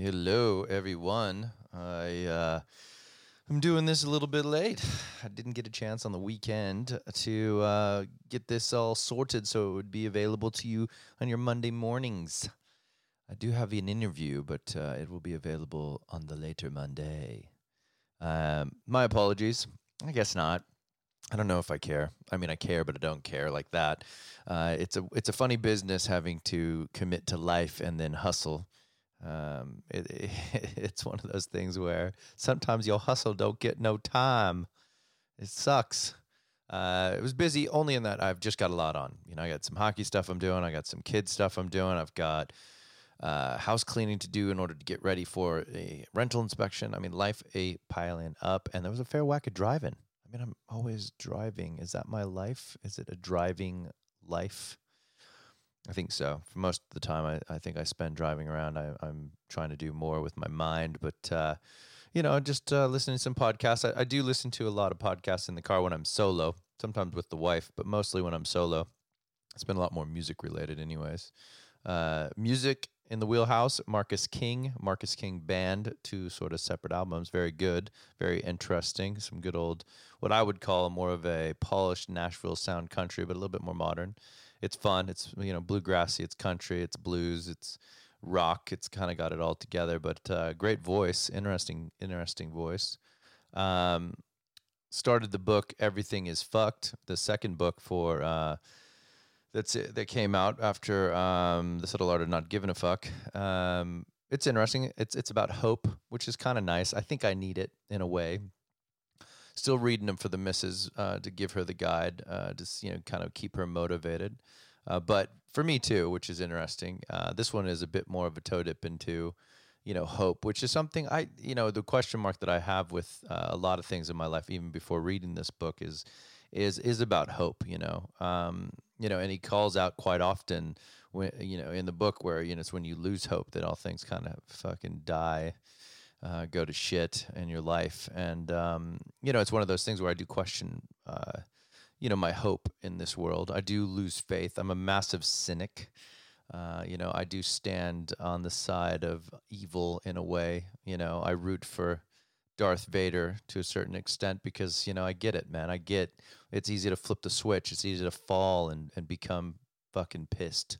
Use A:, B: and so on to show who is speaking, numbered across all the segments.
A: Hello, everyone. I uh, I'm doing this a little bit late. I didn't get a chance on the weekend to uh, get this all sorted, so it would be available to you on your Monday mornings. I do have an interview, but uh, it will be available on the later Monday. Um, my apologies. I guess not. I don't know if I care. I mean, I care, but I don't care like that. Uh, it's a it's a funny business having to commit to life and then hustle. Um, it, it, it's one of those things where sometimes your hustle don't get no time. It sucks. Uh, it was busy only in that I've just got a lot on. You know, I got some hockey stuff I'm doing. I got some kid stuff I'm doing. I've got uh, house cleaning to do in order to get ready for a rental inspection. I mean, life a piling up, and there was a fair whack of driving. I mean, I'm always driving. Is that my life? Is it a driving life? I think so. For most of the time, I, I think I spend driving around. I, I'm trying to do more with my mind, but uh, you know, just uh, listening to some podcasts. I, I do listen to a lot of podcasts in the car when I'm solo. Sometimes with the wife, but mostly when I'm solo. It's been a lot more music related, anyways. Uh, music in the wheelhouse, Marcus King, Marcus King Band, two sort of separate albums. Very good, very interesting. Some good old, what I would call more of a polished Nashville sound country, but a little bit more modern. It's fun. It's, you know, bluegrassy, it's country, it's blues, it's rock. It's kind of got it all together, but uh, great voice, interesting, interesting voice. Um, started the book, Everything is Fucked, the second book for. Uh, that's it, that came out after um, the subtle art of not giving a fuck. Um, it's interesting. It's it's about hope, which is kind of nice. I think I need it in a way. Still reading them for the missus uh, to give her the guide, uh, just you know, kind of keep her motivated. Uh, but for me too, which is interesting. Uh, this one is a bit more of a toe dip into, you know, hope, which is something I, you know, the question mark that I have with uh, a lot of things in my life, even before reading this book, is is is about hope. You know, um, you know, and he calls out quite often when you know in the book where you know it's when you lose hope that all things kind of fucking die, uh, go to shit in your life, and um, you know it's one of those things where I do question, uh, you know, my hope in this world. I do lose faith. I'm a massive cynic. Uh, you know, I do stand on the side of evil in a way. You know, I root for Darth Vader to a certain extent because you know I get it, man. I get it's easy to flip the switch. It's easy to fall and and become fucking pissed.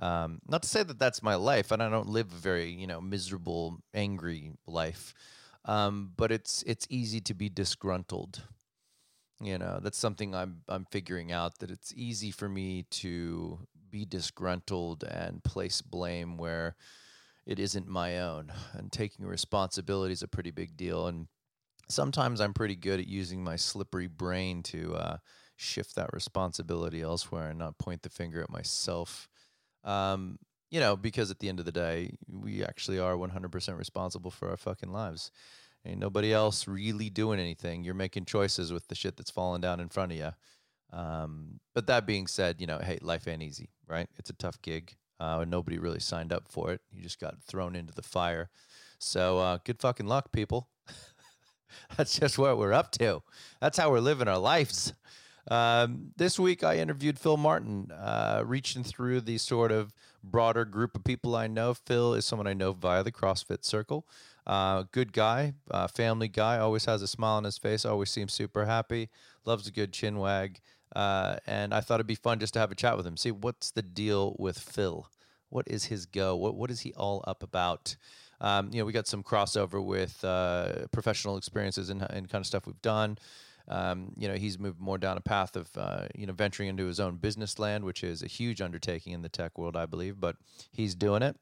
A: Um, not to say that that's my life, and I don't live a very you know miserable, angry life. Um, but it's it's easy to be disgruntled. You know that's something I'm I'm figuring out that it's easy for me to be disgruntled and place blame where it isn't my own. And taking responsibility is a pretty big deal. And sometimes I'm pretty good at using my slippery brain to uh, shift that responsibility elsewhere and not point the finger at myself. Um, you know, because at the end of the day, we actually are 100% responsible for our fucking lives. Ain't nobody else really doing anything. You're making choices with the shit that's falling down in front of you. Um, but that being said, you know, hey, life ain't easy, right? It's a tough gig. Uh, nobody really signed up for it. You just got thrown into the fire. So uh, good fucking luck, people. That's just what we're up to. That's how we're living our lives. Um, this week, I interviewed Phil Martin, uh, reaching through the sort of broader group of people I know. Phil is someone I know via the CrossFit circle. Uh, good guy, uh, family guy, always has a smile on his face, always seems super happy, loves a good chin wag. Uh, and I thought it'd be fun just to have a chat with him, see what's the deal with Phil? What is his go? What, what is he all up about? Um, you know, we got some crossover with uh, professional experiences and, and kind of stuff we've done. Um, you know, he's moved more down a path of, uh, you know, venturing into his own business land, which is a huge undertaking in the tech world, I believe, but he's doing it.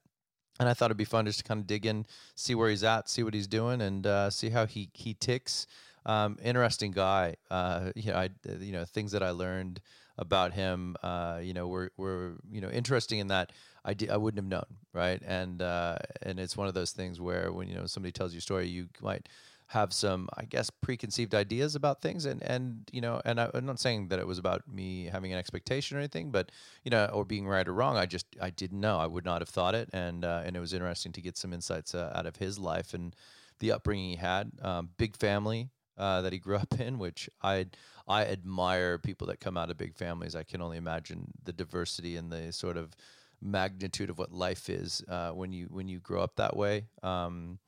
A: And I thought it'd be fun just to kind of dig in, see where he's at, see what he's doing, and uh, see how he he ticks. Um, interesting guy. Uh, you know, I you know things that I learned about him. Uh, you know, were were you know interesting in that I di- I wouldn't have known, right? And uh, and it's one of those things where when you know somebody tells you a story, you might have some I guess preconceived ideas about things, and and you know, and I, I'm not saying that it was about me having an expectation or anything, but you know, or being right or wrong. I just I didn't know. I would not have thought it, and uh, and it was interesting to get some insights uh, out of his life and the upbringing he had. Um, big family uh, that he grew up in, which I I admire people that come out of big families. I can only imagine the diversity and the sort of magnitude of what life is uh, when you when you grow up that way. Um,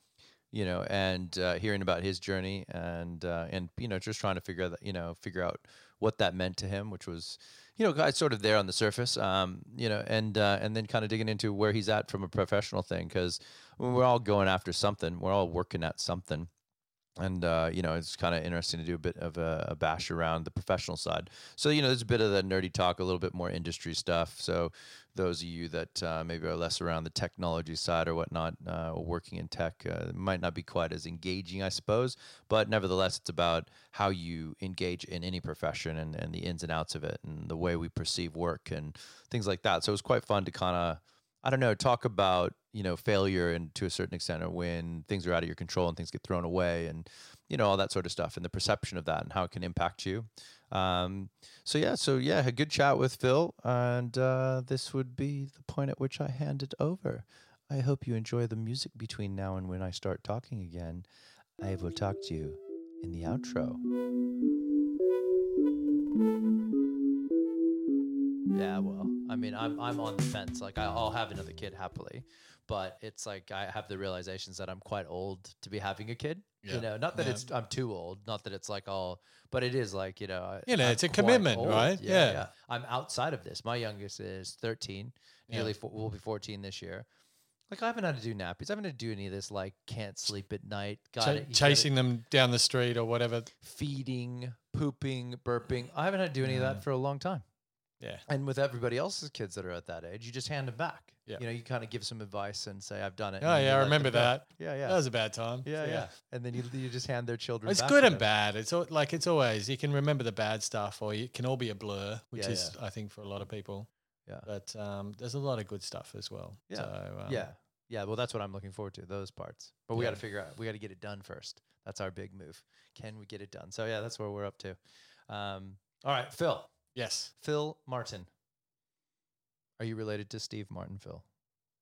A: you know, and uh, hearing about his journey and uh, and you know just trying to figure that you know figure out what that meant to him, which was you know guys sort of there on the surface. Um, you know, and uh, and then kind of digging into where he's at from a professional thing because we're all going after something, we're all working at something and uh, you know it's kind of interesting to do a bit of a, a bash around the professional side so you know there's a bit of the nerdy talk a little bit more industry stuff so those of you that uh, maybe are less around the technology side or whatnot uh, or working in tech uh, it might not be quite as engaging i suppose but nevertheless it's about how you engage in any profession and, and the ins and outs of it and the way we perceive work and things like that so it was quite fun to kind of I don't know, talk about, you know, failure and to a certain extent or when things are out of your control and things get thrown away and, you know, all that sort of stuff and the perception of that and how it can impact you. Um, so, yeah, so yeah, a good chat with Phil. And uh, this would be the point at which I hand it over. I hope you enjoy the music between now and when I start talking again. I will talk to you in the outro. Yeah, well, I mean, I'm I'm on the fence. Like, I- I'll have another kid happily, but it's like I have the realizations that I'm quite old to be having a kid.
B: Yeah.
A: You know, not that
B: Yeah.
A: it's I'm too old. Not that it's like all, but it is like you know. I-
B: You know,
A: I'm
B: it's a
A: quite
B: commitment, right?
A: Yeah, yeah,
B: Yeah.
A: I'm outside of this. My youngest is 13,
B: Yeah.
A: nearly four, will be 14 this year. Like I haven't had to do nappies. I haven't had to do any of this. Like can't sleep at night. Got
B: Cha-
A: it, you gotta-
B: chasing them down the street or whatever.
A: feeding, pooping, burping. I haven't had to do any of that
B: Yeah.
A: for a long time.
B: Yeah.
A: And with everybody else's kids that are at that age, you just hand them back.
B: Yeah.
A: You know, you kind of give some advice and say, "I've done it."
B: Oh
A: and you
B: yeah, I
A: let
B: remember
A: them go.
B: that.
A: Yeah, yeah,
B: That was a bad time.
A: yeah, yeah, And then you, you just hand their children.
B: It's
A: back
B: good
A: to
B: and
A: them.
B: bad. It's all, like it's always you can remember the bad stuff, or it can all be a blur, which
A: Yeah,
B: is I think for a lot of people.
A: Yeah.
B: But um, there's a lot of good stuff as well.
A: Yeah.
B: So, um,
A: Yeah, yeah. Well, that's what I'm looking forward to. Those parts, but we
B: Yeah.
A: got to figure out. We got to get it done first. That's our big move. Can we get it done? So yeah, that's where we're up to. Um, all right, Phil.
B: Yes.
A: Phil Martin. Are you related to Steve Martin, Phil?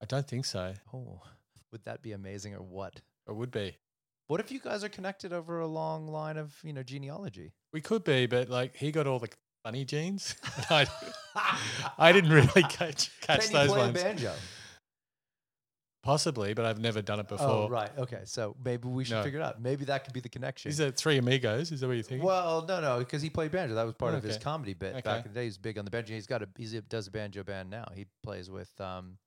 B: I don't think so.
A: Oh, would that be amazing or what?
B: It would be.
A: What if you guys are connected over a long line of you know genealogy?
B: We could be, but like he got all the funny genes. And I, I didn't really catch
A: Can
B: catch
A: you
B: those
A: play
B: ones.
A: a banjo?
B: Possibly, but I've never done it before.
A: Oh, right. Okay, so maybe we should
B: No.
A: figure it out. Maybe that could be the connection.
B: Is it three amigos? Is that what you think?
A: well, no, no, because he played banjo. That was part of his
B: Okay.
A: comedy bit
B: Okay.
A: back in the day. He's big on the banjo. He's got a he does a banjo band now. He plays with um,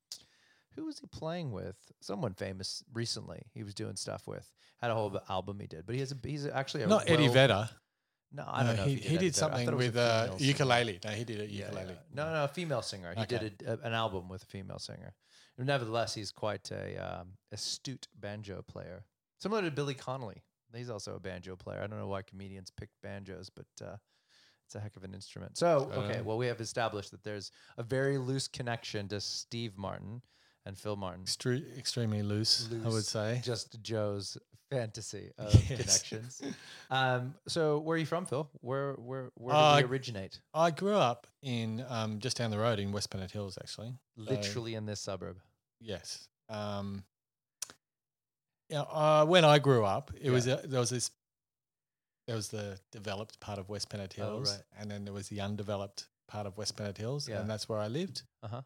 A: who was he playing with? Someone famous recently. He was doing stuff with. Had a whole album he did, but he has a he's actually a
B: Not Eddie
A: well-
B: Vedder.
A: No, I don't
B: No,
A: know. if
B: He, he
A: Eddie
B: did
A: Vedder. I thought
B: something
A: it was
B: with
A: a
B: uh,
A: female singer.
B: ukulele. No, he did a
A: Yeah, yeah.
B: ukulele.
A: No, no, a female singer. He
B: Okay.
A: did a, a- an album with a female singer. Nevertheless, he's quite a um, astute banjo player, similar to Billy Connolly. He's also a banjo player. I don't know why comedians pick banjos, but uh, it's a heck of an instrument. So,
B: Uh,
A: okay, well, we have established that there's a very loose connection to Steve Martin and Phil Martin.
B: Extre- extremely loose, I would
A: Loose.
B: say.
A: Just Joe's fantasy of
B: Yes.
A: connections. Um, so, where are you from, Phil? Where where where
B: Uh,
A: did we originate?
B: I grew up in um, just down the road in West Bennett Hills, actually. so-
A: Literally in this suburb.
B: Yes. Um, yeah. Uh, when I grew up, it was a, there was this there was the developed part of West Bennett
A: Oh,
B: Hills,
A: right.
B: and then there was the undeveloped part of West Bennett Hills,
A: Yeah.
B: and that's where I lived.
A: Uh-huh.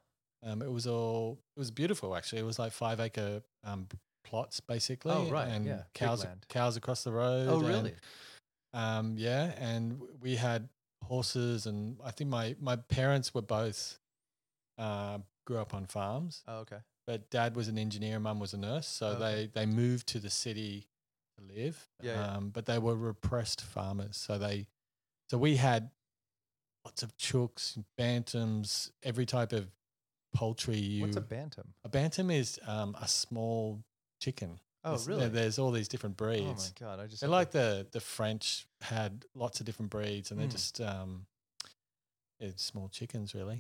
B: Um, it was all it was beautiful actually. It was like five acre um, plots basically.
A: Oh, right,
B: And
A: yeah, big
B: cows
A: land.
B: cows across the road.
A: Oh,
B: and,
A: really?
B: um, yeah, and w- we had horses, and I think my my parents were both uh, grew up on farms
A: Oh, okay.
B: but dad was an engineer and mum was a nurse so
A: Oh, Okay.
B: they they moved to the city to live
A: Yeah, yeah.
B: um, but they were repressed farmers so they so we had lots of chooks bantams every type of poultry you
A: What's a bantam?
B: a bantam is um, a small chicken
A: Oh,
B: There's- there-
A: really?
B: there's all these different
A: oh my
B: breeds
A: god! I just
B: they're
A: had
B: like
A: to-
B: the the french had lots of different breeds and they're
A: Mm.
B: just um it's small chickens really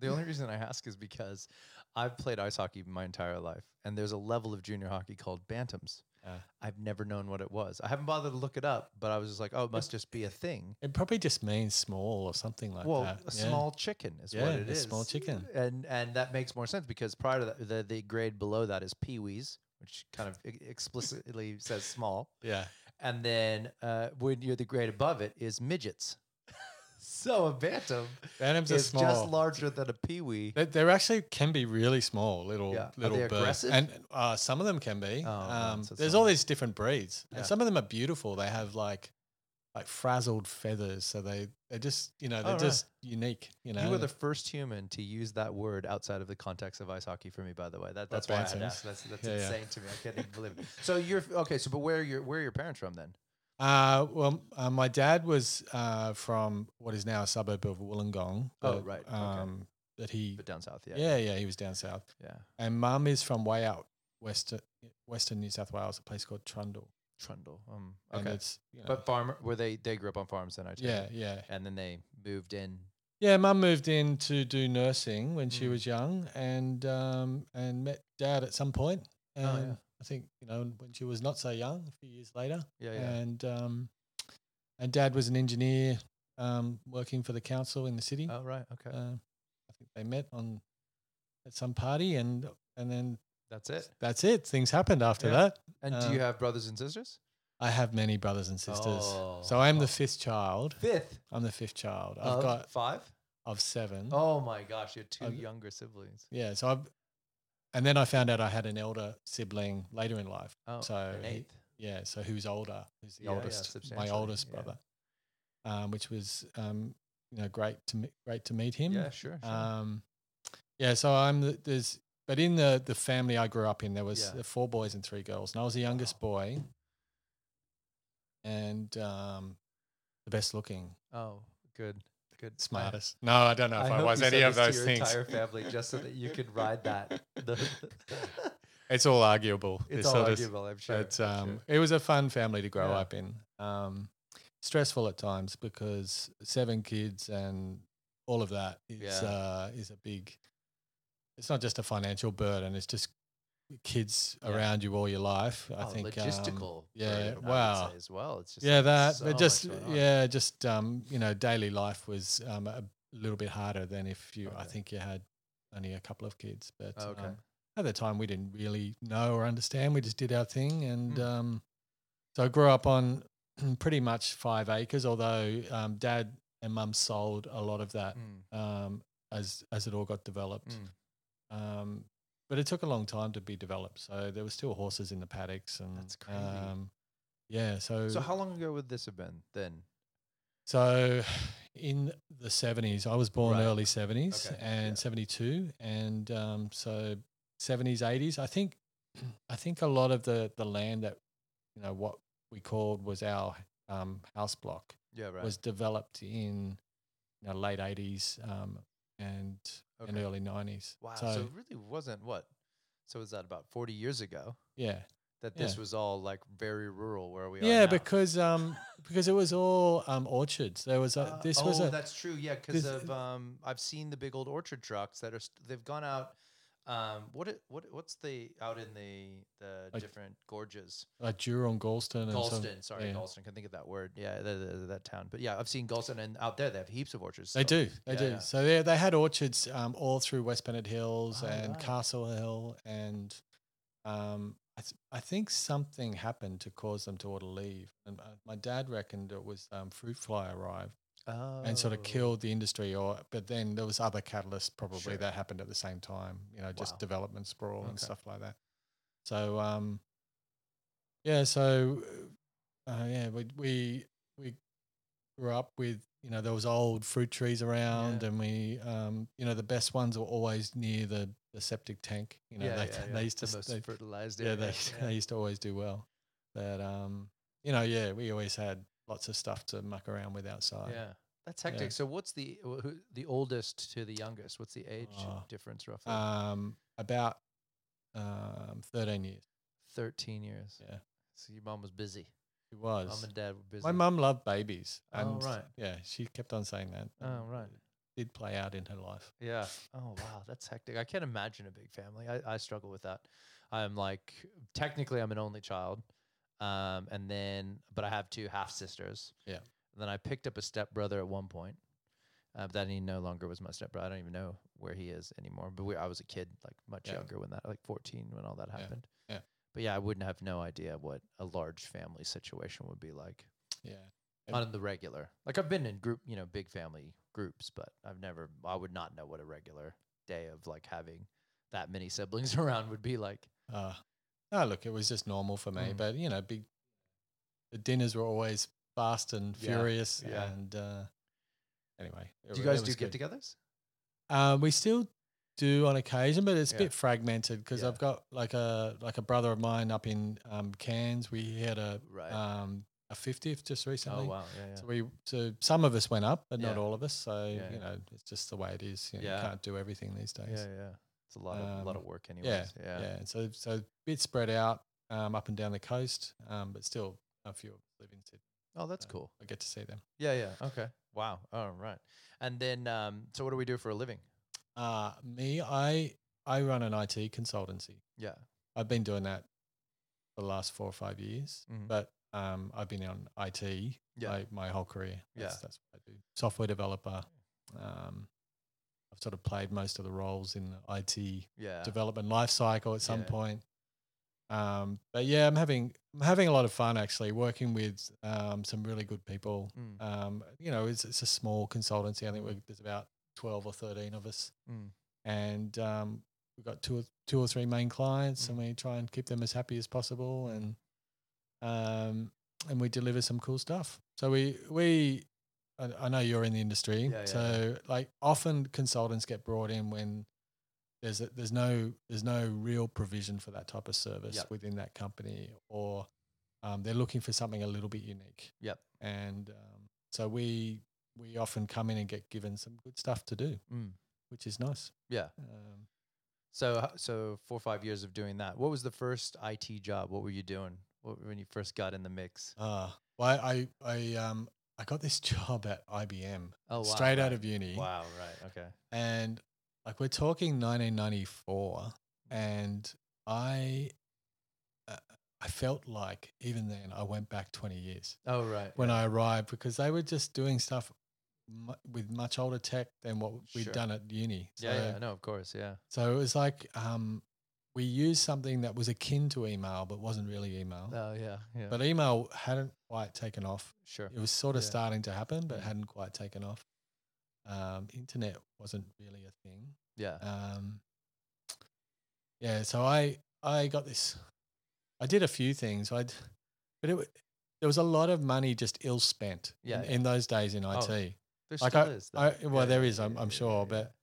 A: the only reason I ask is because I've played ice hockey my entire life, and there's a level of junior hockey called bantams.
B: Ah.
A: I've never known what it was. I haven't bothered to look it up, but I was just like, oh, it must just be a thing.
B: it probably just means small or something like
A: well,
B: that
A: a
B: yeah.
A: small chicken is
B: Yeah,
A: what it
B: a
A: is.
B: small chicken.
A: and and that makes more sense because prior to that, the, the grade below that is peewees, which kind of e- explicitly says small.
B: yeah
A: and then uh, when you're the grade above it is midgets. so a bantam
B: Bantams are
A: is
B: small.
A: just larger than a peewee.
B: They, they actually can be really small, little
A: Yeah. Are
B: little
A: they
B: birds,
A: aggressive?
B: and uh, some of them can be.
A: Oh, right.
B: um,
A: So
B: there's
A: some-
B: all these different breeds,
A: Yeah.
B: and some of them are beautiful. They have like like frazzled feathers, so they they're just you know they're
A: Oh, right.
B: just unique. You know,
A: You were the first human to use that word outside of the context of ice hockey for me, by the way. That, that's why I had
B: Bantams.
A: asked. That's, that's
B: Yeah, yeah.
A: insane to me. I can't even believe it. So you're okay. So, but where are your where are your parents from then?
B: Uh, well, uh, my dad was uh, from what is now a suburb of Wollongong.
A: Oh,
B: but,
A: right, okay.
B: Um, That he,
A: But down south, yeah,
B: yeah, yeah, he was down south,
A: yeah.
B: and mum is from way out west, uh, western New South Wales, a place called Trundle.
A: Trundle. Um,
B: And
A: okay,
B: it's, you know,
A: but farmer. Were they they grew up on farms then? I take it?
B: yeah, yeah,
A: and then they moved in.
B: yeah. Mum moved in to do nursing when she
A: Mm.
B: was young, and um, and met dad at some point. And
A: Oh, yeah.
B: I think you know when she was not so young, a few years later.
A: Yeah, Oh, yeah.
B: and um, and dad was an engineer um, working for the council in the city.
A: oh right, okay.
B: Uh, I think they met on at some party, and and then
A: that's it.
B: that's it. Things happened after
A: Yeah.
B: that.
A: And do you
B: uh,
A: have brothers and sisters?
B: I have many brothers and sisters, so
A: Oh.
B: I'm the fifth child.
A: Fifth.
B: I'm the fifth child. I've
A: of
B: got
A: five.
B: of seven.
A: Oh my gosh, you have 2
B: I've-
A: younger siblings.
B: Yeah, so I've. And then I found out I had an elder sibling later in life.
A: Oh,
B: So
A: an
B: he-
A: eighth.
B: Yeah, so who's older? Who's the
A: Yeah, yeah,
B: oldest? my
A: substantially,
B: oldest
A: yeah.
B: brother, um, which was um, you know great to me- great to meet him.
A: Yeah, sure. sure.
B: Um, yeah, so I'm the, there's but in the the family I grew up in there was
A: Yeah.
B: uh four boys and three girls, and I was the youngest boy, and um, the best looking,
A: oh, good, good.
B: smartest. no, I don't know if I,
A: hope
B: was
A: you said
B: any of
A: this to
B: those
A: your
B: things.
A: Entire family, just so that you could ride that. The-
B: It's all arguable.
A: it's
B: this
A: all
B: sort of-
A: arguable, I'm sure.
B: But
A: I'm
B: um,
A: sure.
B: it was a fun family to grow
A: Yeah.
B: up in. Um, stressful at times because seven kids and all of that is
A: Yeah.
B: uh, is a big. It's not just a financial burden. It's just kids
A: Yeah.
B: around you all your life. I
A: Oh,
B: think um,
A: logistical.
B: yeah,
A: burden, I would
B: wow.
A: say as well, it's just
B: yeah,
A: like
B: that.
A: so
B: but
A: much
B: just
A: going on.
B: yeah, just um, you know, daily life was um, a little bit harder than if you. I
A: Okay. Oh,
B: think you had only a couple of kids, but
A: Okay.
B: um, at the time we didn't really know or understand. We just did our thing, and
A: Hmm.
B: um, so I grew up on pretty much five acres. Although um, Dad and Mum sold a lot of that
A: Mm,
B: um, as as it all got developed.
A: mm.
B: Um, but it took a long time to be developed. So there were still horses in the paddocks, and
A: That's crazy.
B: Um, yeah, so
A: So how long ago would this have been then?
B: so in the seventies, I was born
A: Right.
B: early seventies
A: Okay,
B: and
A: yeah.
B: seventy two, and um, so seventies, eighties. I think, I think a lot of the the land that you know what we called was our um, house block
A: Yeah, right.
B: was developed in you know, late eighties um, and and
A: Okay.
B: early nineties.
A: Wow. So,
B: So,
A: it really wasn't what? So was that about 40 years ago
B: yeah,
A: that
B: Yeah.
A: this was all like very rural where we are
B: yeah,
A: now?
B: because um, because it was all um, orchards. There was a
A: Uh,
B: this
A: oh,
B: was a
A: that's true. Yeah, because
B: this-
A: of um, I've seen the big old orchard trucks that are st- they've gone out. Um, what it, what what's the out in the the
B: Like-
A: different gorges?
B: a Duron Galston and some-
A: Galston, sorry,
B: yeah.
A: Galston. Can think of that word. Yeah, th th- that town. But yeah, I've seen Galston, and out there they have heaps of orchards.
B: They
A: so-
B: do, they
A: Yeah,
B: do.
A: yeah.
B: So they they had orchards um, all through West Bennett Hills
A: Oh,
B: and
A: right.
B: Castle Hill, and um, I, th- I think something happened to cause them to all to leave. And uh, my dad reckoned it was um, fruit fly arrived
A: Oh,
B: and sort of killed the industry. Or but then there was other catalysts probably
A: Sure.
B: that happened at the same time. You know, just
A: Wow.
B: development sprawl and
A: Okay.
B: stuff like that. So um, yeah, so uh, yeah, we we we grew up with you know there was old fruit trees around,
A: Yeah.
B: and we um, you know the best ones were always near the the septic tank. You know,
A: yeah,
B: they,
A: yeah, yeah.
B: they used to
A: the
B: s-
A: most
B: they,
A: fertilized.
B: yeah,
A: area,
B: they, they
A: yeah.
B: used to always do well. But um, you know, yeah, we always had lots of stuff to muck around with outside.
A: Yeah. That's hectic. So what's the wh- who, the oldest to the youngest? What's the age
B: Oh.
A: difference roughly?
B: um, about um, 13 years.
A: Thirteen years.
B: yeah.
A: So your mom was busy.
B: It
A: Mom
B: was.
A: and dad were busy.
B: My mum loved babies.
A: Oh,
B: And
A: right.
B: Yeah, she kept on saying that.
A: Oh,
B: and
A: right.
B: it Did play out in her life.
A: Yeah. Oh wow, that's hectic. I can't imagine a big family. I, I struggle with that. I'm like technically I'm an only child, um, and then but I have two half sisters.
B: Yeah.
A: And then I picked up a stepbrother at one point. Uh, but then he no longer was my stepbrother. I don't even know where he is anymore. But we, I was a kid, like much
B: Yeah.
A: younger when that, like 14, when all that
B: Yeah.
A: happened.
B: Yeah.
A: But yeah, I wouldn't have no idea what a large family situation would be like.
B: Yeah.
A: on the regular. Like I've been in group, you know, big family groups, but I've never, I would not know what a regular day of like having that many siblings around would be like.
B: Uh, no, look, it was just normal for me.
A: Mm.
B: But you know, big the dinners were always fast and
A: Yeah,
B: furious.
A: yeah.
B: And uh, anyway, it
A: Do you
B: wa- it
A: guys do
B: was
A: get
B: good.
A: togethers?
B: Uh, we still do on occasion, but it's
A: Yeah.
B: a bit fragmented because
A: Yeah.
B: I've got like a like a brother of mine up in um, Cairns. We had a
A: Right.
B: um, a fiftieth just recently.
A: oh, wow. Yeah.
B: So we so some of us went up, but not
A: Yeah.
B: all of us. So
A: Yeah, yeah.
B: you know, it's just the way it is. You, know,
A: Yeah.
B: you can't do everything these days.
A: Yeah. Yeah. yeah. It's a lot of, a lot
B: Um,
A: of work anyways. Yeah.
B: Yeah. and So so a bit spread out um, up and down the coast, um, but still a few live in Sydney.
A: Oh, that's
B: Uh,
A: cool.
B: I get to see them.
A: Yeah. Yeah. Okay. Wow. All right. And then, um, so what do we do for a living?
B: Uh, me, I I run an IT consultancy.
A: Yeah.
B: I've been doing that for the last four or five years,
A: Mhm.
B: but um, I've been on IT
A: Yeah.
B: my, my whole career.
A: Yeah.
B: That's, that's what I do. Software developer. Um, I've sort of played most of the roles in the IT
A: yeah.
B: development life cycle at some
A: Yeah.
B: point. Um, but yeah, I'm having I'm having a lot of fun actually working with um, some really good people.
A: Mm,
B: Um, you know, it's it's a small consultancy. I think we're, there's about twelve or thirteen of us,
A: mm.
B: and um, we've got two or, two or three main clients, and
A: Mm.
B: we try and keep them as happy as possible, and um, and we deliver some cool stuff. So we we I, I know you're in the industry,
A: Yeah, yeah,
B: so like often consultants get brought in when there's a, there's no there's no real provision for that type of service
A: Yep.
B: within that company, or um, they're looking for something a little bit unique.
A: Yep.
B: and um, so we we often come in and get given some good stuff to do,
A: Mm.
B: which is nice.
A: Yeah.
B: Um,
A: So, h- so four or five years of doing that. What was the first IT job? What were you doing what, when you first got in the mix?
B: Ah, well, I, I, um, I got this job at IBM
A: Oh, wow.
B: straight
A: right.
B: out of uni,
A: Wow. Right. Okay.
B: and like we're talking 1994, and I, uh, I felt like even then I went back 20 years
A: Oh, right.
B: when I arrived because they were just doing stuff mu- with much older tech than what we had
A: Sure.
B: done at uni. So,
A: yeah, yeah, no, of course, yeah,
B: so it was like um, we used something that was akin to email but wasn't really email.
A: oh, yeah, yeah,
B: But uh, email hadn't quite taken off
A: sure,
B: it was sort of
A: Yeah.
B: starting to happen, but
A: Mm.
B: hadn't quite taken off. Um, internet wasn't really a thing.
A: yeah,
B: Um, yeah, so I I got this. I did a few things. I, but it wa- there was a lot of money just ill spent.
A: Yeah,
B: in,
A: yeah.
B: in those days in
A: Oh,
B: IT.
A: there
B: like
A: still
B: I-
A: is,
B: I-
A: though.
B: well, there
A: yeah,
B: is, I'm-
A: yeah,
B: I'm
A: yeah,
B: sure,
A: yeah,
B: but-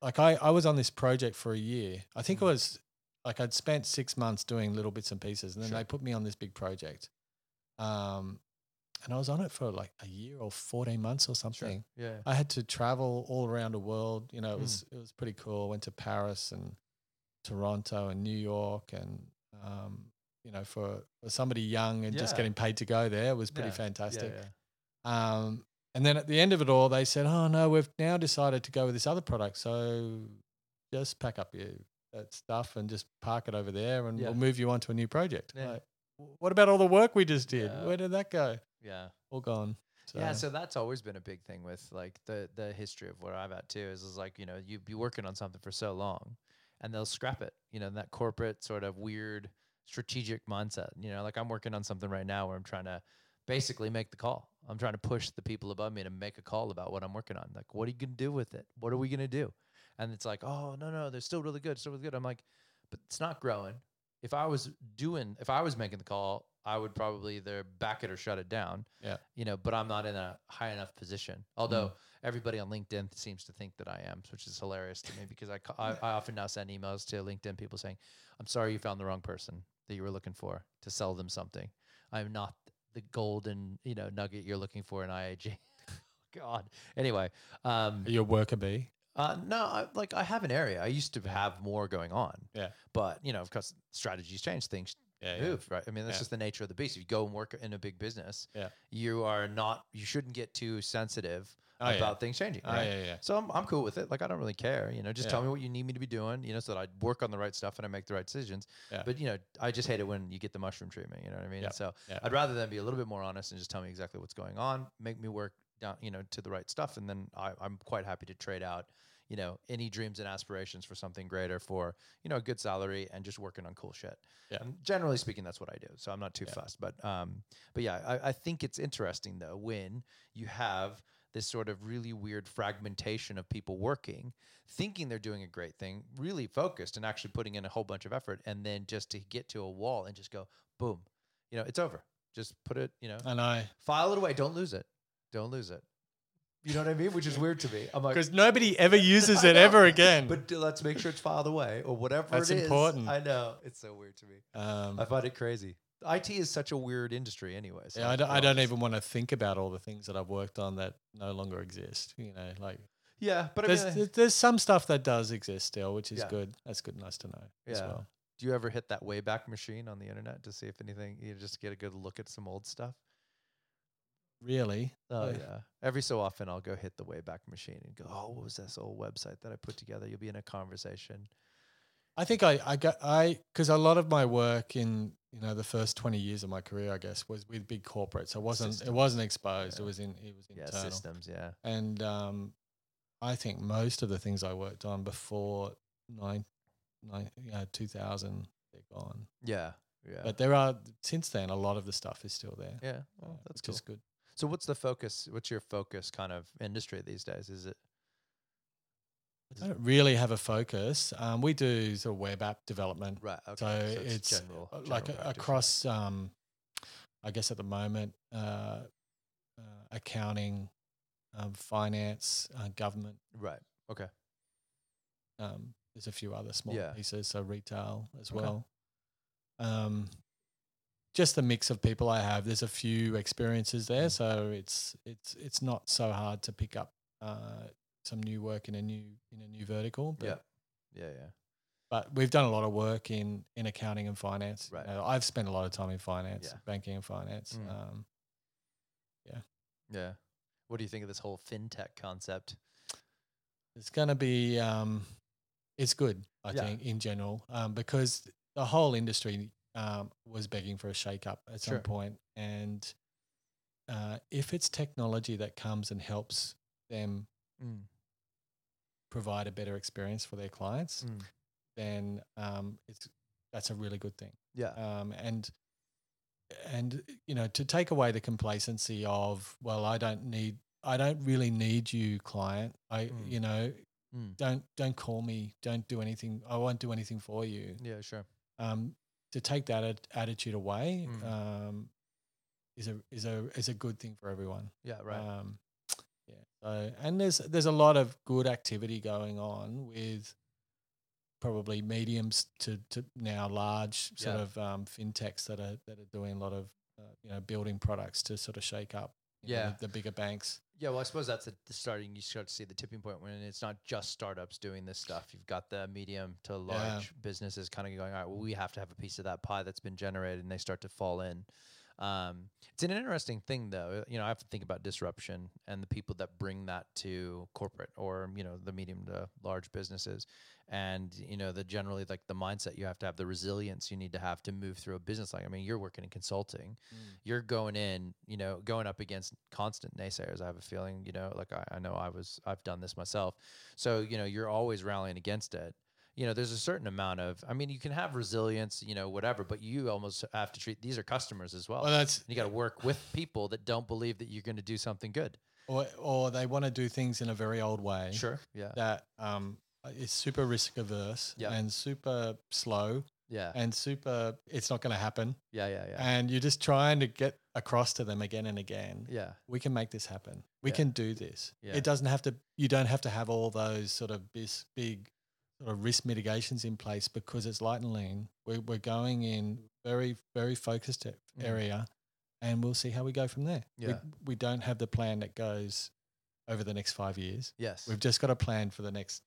B: Like I I was on this project for a year. I think
A: Mm.
B: it was like I'd spent six months doing little bits and pieces, and then
A: Sure.
B: they put me on this big project. Um, and I was on it for like a year or fourteen months or
A: yeah, sure,
B: something.
A: yeah,
B: I had to travel all around the world. You know, it
A: Mm.
B: was it was pretty cool. I went to Paris and Toronto and New York and um, you know, for, for somebody young and just
A: Yeah.
B: getting paid to go there was pretty
A: Yeah. yeah,
B: fantastic.
A: yeah.
B: Um, and then at the end of it all, they said, "Oh no, we've now decided to go with this other product. So just pack up your that stuff and just park it over there, and
A: Yeah.
B: we'll move you on to a new project."
A: Yeah.
B: Like, "Wh- what about all the work we just did?
A: Yeah.
B: Where did that go?
A: yeah.
B: All gone. So,
A: yeah, so that's always been a big thing with like the the history of where I'm at too is, is like you know you'd be working on something for so long, and they'll scrap it. You know that corporate sort of weird strategic mindset. You know, like I'm working on something right now where I'm trying to basically make the call. I'm trying to push the people above me to make a call about what I'm working on. Like, what are you gonna do with it? What are we gonna do? And it's like, oh no no, they're still really good, still really good. I'm like, but it's not growing. If I was doing, if I was making the call, I would probably either back it or shut it down you know, but I'm not in a high enough position. Although everybody on LinkedIn seems to think that I am, which is hilarious to me because I, ca- I, I often now send emails to LinkedIn people saying, I'm sorry you found the wrong person that you were looking for to sell them something. I'm not the golden, you know, nugget you're looking for in IAG. God. Anyway, um,
B: Are you a worker bee?
A: uh, no, I, like I have an area. I used to have more going on.
B: Yeah.
A: But, you know, of course, strategies change, things
B: Yeah,
A: move, right? I mean, that's
B: Yeah.
A: just the nature of the beast. If you go and work in a big business,
B: Yeah.
A: you are not, you shouldn't get too sensitive
B: Oh, yeah.
A: about things changing,
B: Oh,
A: right?
B: yeah, yeah.
A: So I'm, I'm cool with it. Like, I don't really care, you know, just
B: Yeah.
A: tell me what you need me to be doing, you know, so that I work on the right stuff and I make the right decisions.
B: Yeah.
A: But, you know, I just hate it when you get the mushroom treatment, you know what I mean?
B: Yep.
A: So
B: Yeah.
A: I'd rather than be a little bit more honest and just tell me exactly what's going on, make me work down, you know, to the right stuff. And then I, I'm quite happy to trade out, you know any dreams and aspirations for something greater for you know a good salary and just working on cool shit.
B: Yeah.
A: And generally speaking, that's what I do. So I'm not too
B: Yeah.
A: fussed. But um, but yeah, I, I think it's interesting though when you have this sort of really weird fragmentation of people working, thinking they're doing a great thing, really focused and actually putting in a whole bunch of effort, and then just to get to a wall and just go boom, you know, it's over. Just put it, you know,
B: I know.
A: file it away. Don't lose it. Don't lose it. You know what I mean? Which is weird to me. I'm like,
B: Because nobody ever uses
A: I
B: it
A: know.
B: ever again.
A: But d- let's make sure it's filed away or whatever
B: That's
A: it is.
B: important.
A: I know. It's so weird to me.
B: um,
A: I find it crazy. IT is such a weird industry anyway. So
B: yeah, I don't,
A: it
B: I don't
A: always-
B: even want to think about all the things that I've worked on that no longer exist. You know, like
A: Yeah, but I
B: there's
A: mean, uh,
B: there- there's some stuff that does exist still, which is
A: Yeah.
B: good. That's good, nice to know as
A: Yeah.
B: well.
A: do you ever hit that Wayback Machine on the internet to see if anything, you know, just get a good look at some old stuff?
B: Really,
A: Oh,
B: Uh,
A: yeah. Every so often I'll go hit the Wayback Machine and go, oh, what was this old website that I put together? You'll be in a conversation.
B: I think I I got I because a lot of my work in you know the first twenty years of my career, I guess, was with big corporates. I wasn't it
A: Systems.
B: wasn't exposed.
A: Yeah.
B: It was in it was
A: Yeah,
B: internal.
A: systems. Yeah.
B: and um, I think most of the things I worked on before nine, nine you know, two thousand, they're gone.
A: Yeah. Yeah.
B: But there are since then a lot of the stuff is still there.
A: yeah.
B: uh,
A: Well, Oh, that's
B: which
A: cool.
B: is good.
A: So what's the focus? What's your focus kind of industry these days? Is it
B: I don't really have a focus. Um, we do sort of web app development,
A: right? Okay.
B: so, it's,
A: general,
B: uh, like
A: general
B: a-
A: practitioner.
B: across. Um, I guess at the moment, uh, uh, accounting, um, finance, uh, government.
A: Right. Okay.
B: Um, there's a few other small
A: Yeah.
B: pieces, so retail as
A: Okay.
B: well. Um, just the mix of people I have. There's a few experiences there,
A: Mm.
B: so it's it's it's not so hard to pick up uh, some new work in a new in a new vertical. But,
A: Yeah. Yeah. Yeah.
B: but we've done a lot of work in in accounting and finance. You
A: Right.
B: know, I've spent a lot of time in finance,
A: Yeah.
B: banking and finance.
A: Mm.
B: Um,
A: Yeah. What do you think of this whole fintech concept?
B: it's going to be um, it's good i
A: Yeah.
B: think in general um, because the whole industry um, was begging for a shake up at some
A: Sure.
B: point and uh, if it's technology that comes and helps them
A: Mm.
B: provide a better experience for their clients
A: Mm.
B: then um, it's that's a really good thing
A: Yeah.
B: um, and and you know to take away the complacency of well i don't need i don't really need you client i
A: Mm.
B: you know
A: Mm.
B: don't don't call me don't do anything i won't do anything for you
A: yeah. Sure.
B: um, to take that at- attitude away
A: Mm.
B: um, is a is a is a good thing for everyone
A: Yeah. Right.
B: um, yeah. So, and there's there's a lot of good activity going on with probably mediums to, to now large sort
A: Yeah.
B: of um, fintechs that are that are doing a lot of uh, you know building products to sort of shake up you know,
A: Yeah.
B: the, the bigger banks.
A: yeah. Well, I suppose that's the, the starting. You start to see the tipping point when it's not just startups doing this stuff. You've got the medium to large businesses kind of going. All right. Well, we have to have a piece of that pie that's been generated, and they start to fall in. Um, it's an interesting thing, though. You know, I have to think about disruption and the people that bring that to corporate or you know the medium to large businesses, and you know the generally like the mindset you have to have, the resilience you need to have to move through a business. Like, I mean, you're working in consulting,
B: Mm.
A: you're going in, you know, going up against constant naysayers. I have a feeling, you know, like I, I know I was, I've done this myself. So, you know, you're always rallying against it. You know, there's a certain amount of, I mean, you can have resilience, you know, whatever, but you almost have to treat these are customers as well.
B: Well, that's
A: and you got to work with people that don't believe that you're going to do something good.
B: or or they want to do things in a very old way
A: Sure. Yeah.
B: that um, is super risk averse
A: Yeah.
B: and super slow
A: Yeah.
B: and super it's not going to happen.
A: Yeah. Yeah. Yeah.
B: and you're just trying to get across to them again and again
A: Yeah.
B: we can make this happen we
A: Yeah.
B: can do this
A: Yeah.
B: it doesn't have to you don't have to have all those sort of bis, big sort of risk mitigations in place because it's light and lean we're, we're going in very very focused a-
A: Mhm.
B: area and we'll see how we go from there
A: Yeah.
B: we, we don't have the plan that goes over the next five years
A: Yes.
B: we've just got a plan for the next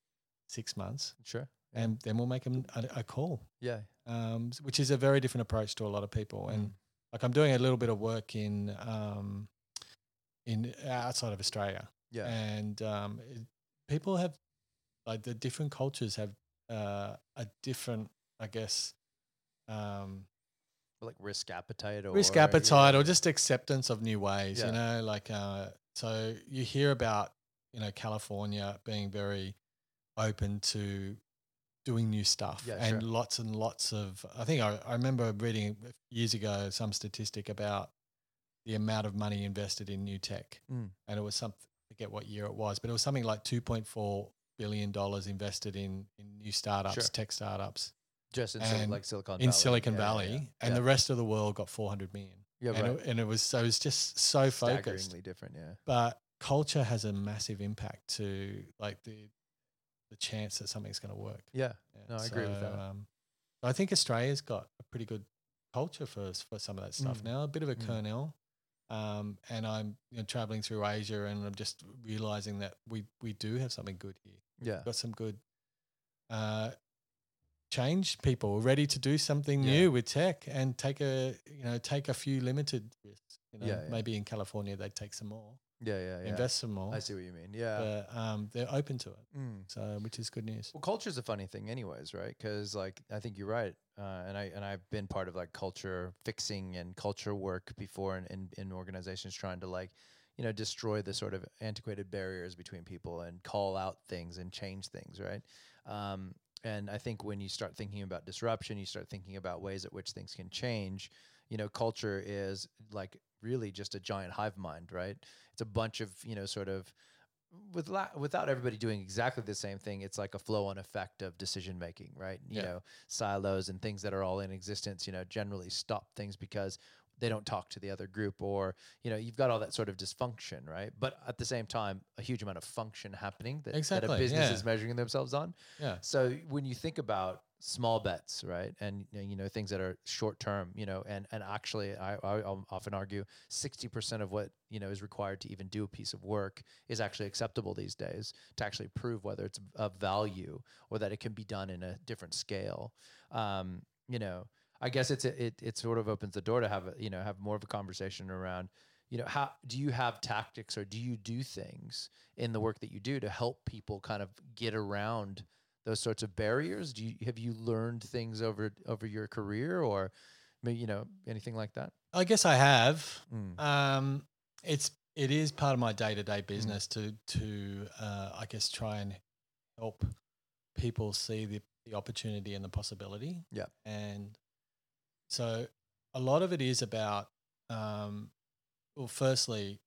B: six months
A: sure.
B: and then we'll make 'em a, a call
A: Yeah.
B: um, s- which is a very different approach to a lot of people. And like I'm doing a little bit of work in um, in uh, outside of Australia,
A: Yeah.
B: and um, it, people have like the different cultures have uh, a different, I guess. Um,
A: like risk appetite or
B: risk appetite or just acceptance of new ways
A: Yeah.
B: you know like uh, so you hear about you know california being very open to doing new stuff
A: Yeah,
B: and
A: sure.
B: lots and lots of i think I, I remember reading years ago some statistic about the amount of money invested in new tech
A: Mm.
B: and it was something I forget what year it was but it was something like 2.4 billion dollars invested in in new startups
A: Sure.
B: tech startups
A: just in Sil-
B: And
A: like Silicon Valley.
B: in silicon
A: Yeah, yeah,
B: valley
A: yeah.
B: and
A: Yeah.
B: the rest of the world got 400 million
A: yeah,
B: and,
A: right.
B: it, and it was so it was just so focused
A: staggeringly different. Yeah,
B: but culture has a massive impact to like the the chance that something's going to work
A: yeah,
B: yeah,
A: No, I agree with that.
B: Um, I think Australia's got a pretty good culture for s- for some of that stuff
A: Mm.
B: now. A bit of a
A: Mm.
B: kernel, um, and I'm you know, traveling through Asia, and I'm just realizing that we we do have something good here.
A: yeah.
B: We've got some good uh, change people We're ready to do something
A: Yeah.
B: new with tech and take a you know take a few limited risks. You know,
A: Yeah, yeah.
B: maybe in California they'd take some more,
A: Yeah, yeah, yeah.
B: invest some more.
A: I see what you mean. Yeah.
B: But um, they're open to it,
A: Mm.
B: so which is good news.
A: Well, culture's a funny thing, anyways, right? Because like I think you're right, uh, and I and I've been part of like culture fixing and culture work before, in, in, in organizations trying to like, you know, destroy the sort of antiquated barriers between people and call out things and change things, right? Um, and I think when you start thinking about disruption, you start thinking about ways at which things can change. You know, culture is like really just a giant hive mind, right? It's a bunch of you know sort of with la- without everybody doing exactly the same thing, it's like a flow on effect of decision making, right? You
B: Yeah.
A: know, silos and things that are all in existence, you know, generally stop things because they don't talk to the other group or, you know, you've got all that sort of dysfunction, right? But at the same time, a huge amount of function happening that, that
B: Exactly,
A: a business
B: yeah.
A: is measuring themselves on.
B: Yeah.
A: So when you think about small bets, right, and y- you know things that are short term, you know, and and actually, I, I I'll often argue sixty percent of what you know is required to even do a piece of work is actually acceptable these days to actually prove whether it's of value or that it can be done in a different scale. Um, you know, I guess it's a, it it sort of opens the door to have a, you know have more of a conversation around. You know, how do you have tactics or do you do things in the work that you do to help people kind of get around those sorts of barriers? Do you have you learned things over over your career or may- you know anything like that?
B: I guess I have.
A: Mm.
B: Um, it's it is part of my day to day business to to uh, I guess try and help people see the, the opportunity and the possibility.
A: Yeah.
B: and so a lot of it is about um, well, firstly,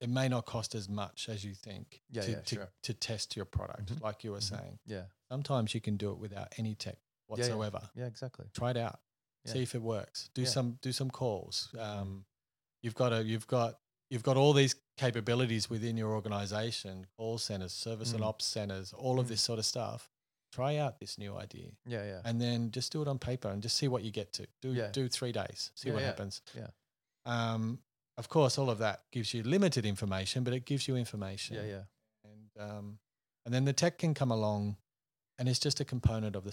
B: it may not cost as much as you think
A: Yeah,
B: to
A: yeah,
B: to,
A: sure.
B: to test your product,
A: Mhm.
B: like you were
A: Mhm.
B: saying.
A: Yeah,
B: Sometimes you can do it without any tech
A: Yeah, yeah.
B: whatsoever
A: yeah, exactly.
B: try it out
A: Yeah.
B: see if it works do
A: Yeah. Mm-hmm.
B: some do some calls um, you've got a you've got you've got all these capabilities within your organization call centers service and
A: Mm.
B: ops centers all of
A: Mm.
B: this sort of stuff try out this new idea
A: Yeah, yeah,
B: and then just do it on paper and just see what you get to do
A: Yeah.
B: do three days see
A: Yeah,
B: what
A: yeah,
B: happens
A: yeah.
B: um, of course all of that gives you limited information but it gives you information
A: yeah, yeah,
B: and um, and then the tech can come along, and it's just a component of the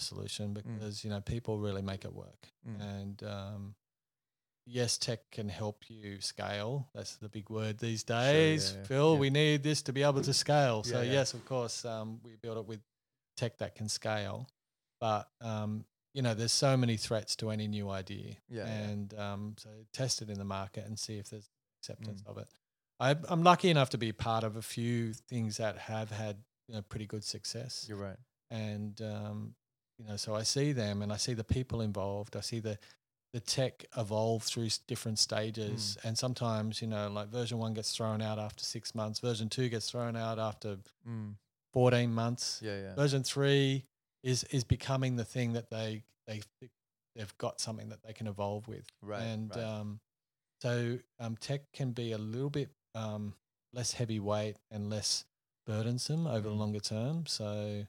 A: Mm.
B: solution because you know people really make it work.
A: Mm.
B: And um, yes, tech can help you scale. That's the big word these days,
A: yeah, yeah,
B: Phil.
A: yeah.
B: We need this to be able to scale.
A: Yeah,
B: so
A: yeah.
B: yes, of course, um, we build it with tech that can scale, but um, you know there's so many threats to any new idea
A: yeah, yeah.
B: and um, so test it in the market and see if there's acceptance
A: Mm.
B: of it. I, I'm lucky enough to be part of a few things that have had you know, pretty good success,
A: You're right.
B: and um, you know, so I see them and I see the people involved. I see the the tech evolve through s- different stages, and sometimes you know, like version one gets thrown out after six months, version two gets thrown out after
A: Mm.
B: 14 months,
A: Yeah, yeah,
B: version three is is becoming the thing that they they think they've got something that they can evolve with
A: right.
B: and
A: right.
B: Um, so um, tech can be a little bit um, less heavyweight and less burdensome over the
A: Mm.
B: longer term. So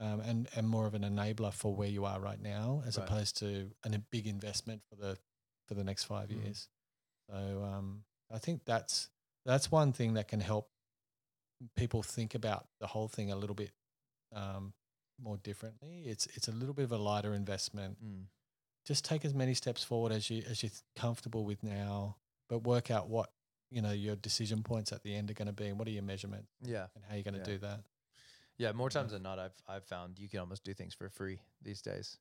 B: um, and and more of an enabler for where you are right now, as
A: Right.
B: opposed to an, a big investment for the for the next five
A: Mm.
B: years. So um, I think that's that's one thing that can help people think about the whole thing a little bit um, more differently. It's it's a little bit of a lighter investment
A: Mm.
B: just take as many steps forward as you as you're comfortable with now, but work out what you know your decision points at the end are going to be, and what are your measurements,
A: Yeah,
B: and how you're going to
A: Yeah.
B: do that.
A: yeah. More times than not, I've I've found you can almost do things for free these days.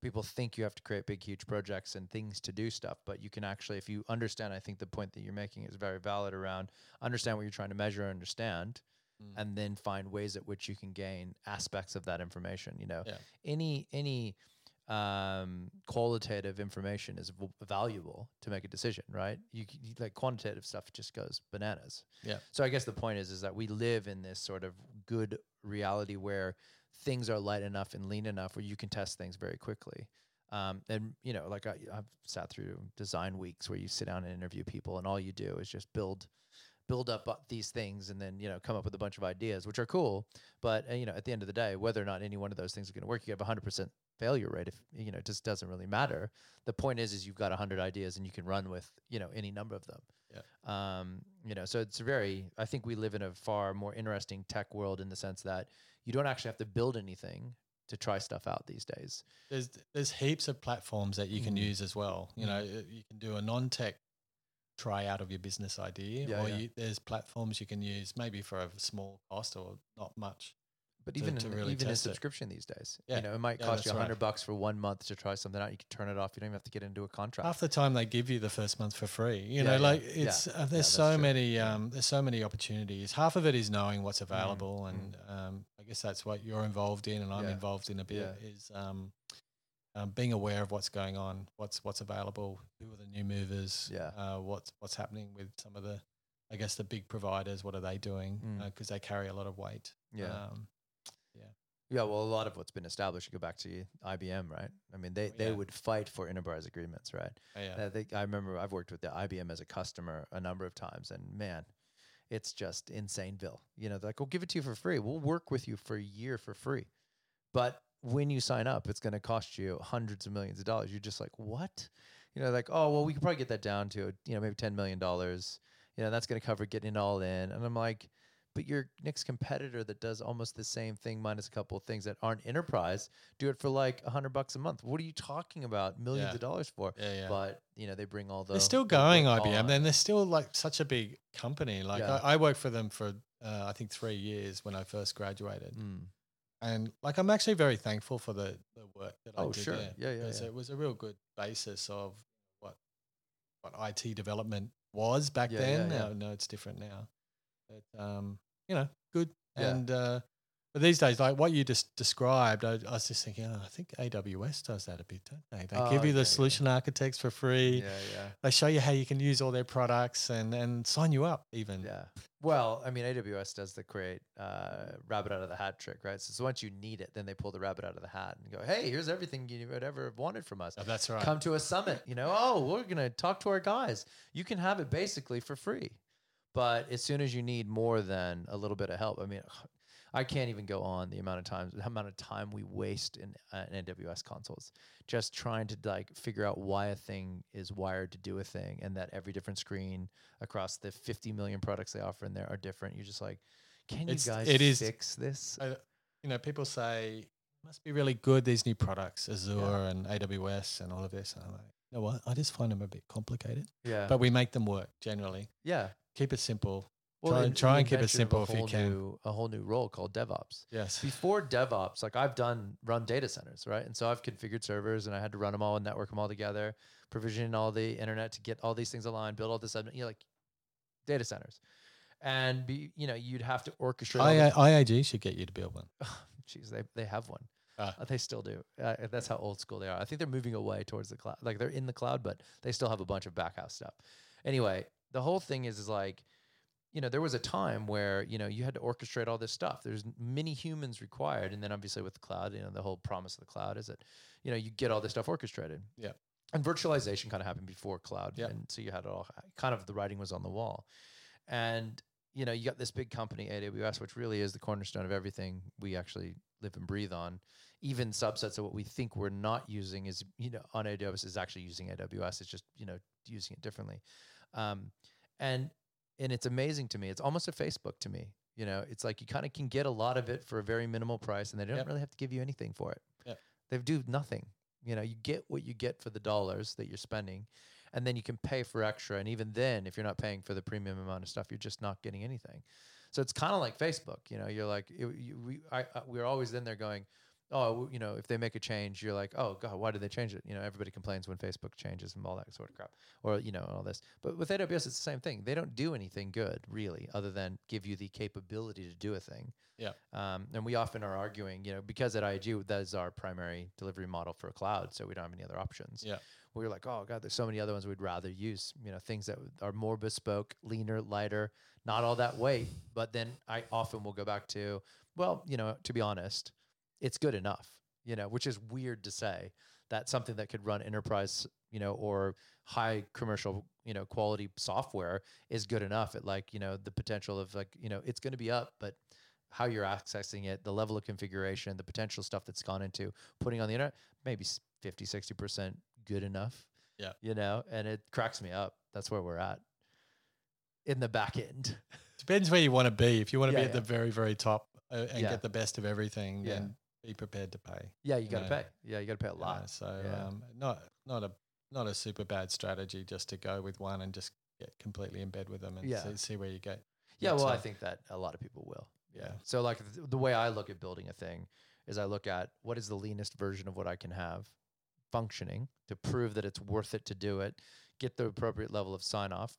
A: People think you have to create big, huge projects and things to do stuff, but you can actually, if you understand, I think the point that you're making is very valid around understand what you're trying to measure, and understand,
B: Mm.
A: and then find ways at which you can gain aspects of that information you know
B: Yeah.
A: any any um qualitative information is v- valuable to make a decision right you, c- you like quantitative stuff just goes bananas
B: Yeah.
A: so i guess the point is is that we live in this sort of good reality where things are light enough and lean enough where you can test things very quickly um, and you know like I, i've sat through design weeks where you sit down and interview people and all you do is just build build up uh, these things and then you know come up with a bunch of ideas which are cool but uh, you know at the end of the day whether or not any one of those things are going to work you have 100% failure rate if you know it just doesn't really matter the point is is you've got 100 ideas and you can run with you know any number of them
B: Yeah.
A: um you know so it's very i think we live in a far more interesting tech world in the sense that you don't actually have to build anything to try stuff out these days
B: there's there's heaps of platforms that you can
A: Mm.
B: use as well. You know, uh, you can do a non-tech try out of your business idea,
A: Yeah,
B: or
A: yeah.
B: You, there's platforms you can use maybe for a small cost or not much.
A: But
B: to-
A: even
B: to
A: in,
B: really
A: even a
B: test it.
A: subscription these days,
B: Yeah.
A: you know, it might
B: Yeah,
A: cost you a
B: that's right.
A: hundred bucks for one month to try something out. You can turn it off. You don't even have to get into a contract.
B: Half the time they give you the first month for free. You know,
A: Yeah, yeah.
B: like
A: Yeah.
B: it's uh, there's
A: that's
B: so
A: true.
B: many um, there's so many opportunities. Half of it is knowing
A: Mm,
B: what's available, and um, I guess that's what you're involved in, and I'm
A: Yeah.
B: involved in a bit
A: Yeah.
B: is. Um, um, being aware of what's going on, what's what's available, who are the new movers,
A: Yeah.
B: uh, what's what's happening with some of the, I guess the big providers, what are they doing?
A: Mm.
B: Because they carry a lot of weight.
A: yeah,
B: Um,
A: yeah. Well, a lot of what's been established. You go back to IBM, right? I mean, they they
B: Oh, Yeah.
A: would fight for enterprise agreements, right?
B: yeah.
A: I think I remember I've worked with the IBM as a customer a number of times, and man, it's just insaneville. You know, they're like, we'll give it to you for free. We'll work with you for a year for free, but when you sign up, it's going to cost you hundreds of millions of dollars. You're just like, what? You know, like, oh well, we could probably get that down to you know maybe ten million dollars. You know, that's going to cover getting it all in. And I'm like, but your next competitor that does almost the same thing minus a couple of things that aren't enterprise do it for like a hundred bucks a month. What are you talking about millions
B: Yeah.
A: of dollars for?
B: yeah, yeah.
A: but you know they bring all the
B: they're still
A: the
B: going
A: work
B: IBM,
A: on.
B: and they're still like such a big company. Like
A: Yeah.
B: I, I worked for them for uh, I think three years when I first graduated,
A: Mm.
B: and like I'm actually very thankful for the the work that I
A: oh
B: did
A: sure
B: there.
A: yeah
B: It
A: yeah,
B: was,
A: yeah.
B: it was a real good basis of what what IT development was back
A: Yeah,
B: then.
A: yeah, yeah.
B: Now, no, it's different now. But um, you know, good.
A: Yeah.
B: And uh, but these days, like what you just described, I, I was just thinking, oh, I think AWS does that a bit, don't they? They
A: Oh,
B: give you
A: yeah, yeah.
B: the solution architects for free.
A: yeah yeah
B: They show you how you can use all their products and and sign you up even.
A: yeah well i mean aws does the create uh, rabbit out of the hat trick right so, so once you need it then they pull the rabbit out of the hat and go hey here's everything you would ever have wanted from us
B: Oh, that's right.
A: come to a summit you know oh we're gonna talk to our guys you can have it basically for free but as soon as you need more than a little bit of help i mean i can't even go on the amount of times the amount of time we waste in, uh, in aws consoles just trying to like figure out why a thing is wired to do a thing and that every different screen across the 50 million products they offer in there are different you're just like can you
B: It's-
A: guys
B: it is-
A: fix this
B: I, you know, people say must be really good these new products, Azure
A: Yeah.
B: and AWS and all of this. And I'm like, you know what? I just find them a bit complicated,
A: yeah
B: but we make them work generally.
A: yeah
B: Keep it simple. Try and- try
A: the
B: and keep it
A: invention of
B: simple
A: a
B: if you
A: whole
B: can.
A: new- a whole new role called devops
B: Yes.
A: before DevOps, like I've done run data centers, right? And so I've configured servers and I had to run them all and network them all together, provision all the internet to get all these things aligned, build all this, admin- you know, like data centers. And be, you know, you'd have to orchestrate. all the-
B: I, uh, IAG should get you to build one.
A: Jeez, they, they have one.
B: Ah.
A: Uh, they still do. Uh, that's how old school they are. I think they're moving away towards the cloud. Like they're in the cloud, but they still have a bunch of backhouse stuff. Anyway, the whole thing is is like, you know, there was a time where you know you had to orchestrate all this stuff. There's many humans required, and then obviously with the cloud, you know, the whole promise of the cloud is that, you know, you get all this stuff orchestrated.
B: Yep.
A: And virtualization kind of happened before cloud,
B: Yep.
A: and so you had it all kind of the writing was on the wall, and you know, you got this big company, AWS, which really is the cornerstone of everything we actually live and breathe on. Even subsets of what we think we're not using is, you know, on AWS is actually using AWS. It's just, you know, using it differently. Um, and and it's amazing to me. It's almost a Facebook to me. You know, it's like you kind of can get a lot of it for a very minimal price, and they don't
B: Yep.
A: really have to give you anything for it.
B: Yep.
A: They do nothing. You know, you get what you get for the dollars that you're spending, and then you can pay for extra. And even then, if you're not paying for the premium amount of stuff, you're just not getting anything. So it's kind of like Facebook. You know, you're like, it, you, we, I, I, we're uh, always in there going, oh, w- you know, if they make a change, you're like, oh god, why did they change it? You know, everybody complains when Facebook changes and all that sort of crap, or you know, all this. But with AWS, it's the same thing. They don't do anything good really, other than give you the capability to do a thing.
B: Yeah.
A: Um, and we often are arguing, you know, because at IG that is our primary delivery model for cloud, so we don't have any other options.
B: Yeah.
A: We're like, oh god, there's so many other ones we'd rather use. You know, things that are more bespoke, leaner, lighter, not all that weight. But then I often will go back to, well, you know, to be honest, it's good enough, you know, which is weird to say that something that could run enterprise, you know, or high commercial, you know, quality software is good enough at like, you know, the potential of like, you know, it's going to be up, but how you're accessing it, the level of configuration, the potential stuff that's gone into putting on the internet, maybe s- 50, 60% good enough.
B: Yeah.
A: You know, and it cracks me up. That's where we're at in the back end.
B: Depends where you want to be. If you want to
A: Yeah,
B: be at
A: yeah.
B: the very, very top uh, and
A: Yeah.
B: get the best of everything,
A: Yeah.
B: then be prepared to pay.
A: Yeah, you got to
B: know,
A: pay. Yeah, you got to pay a
B: you know.
A: lot.
B: So
A: yeah.
B: um, not not a not a super bad strategy just to go with one and just get completely in bed with them and
A: Yeah.
B: see, see where you get.
A: Yeah,
B: That's
A: well, I
B: a-
A: think that a lot of people will.
B: Yeah.
A: So, like th- the way I look at building a thing is I look at what is the leanest version of what I can have functioning to prove that it's worth it to do it, get the appropriate level of sign off,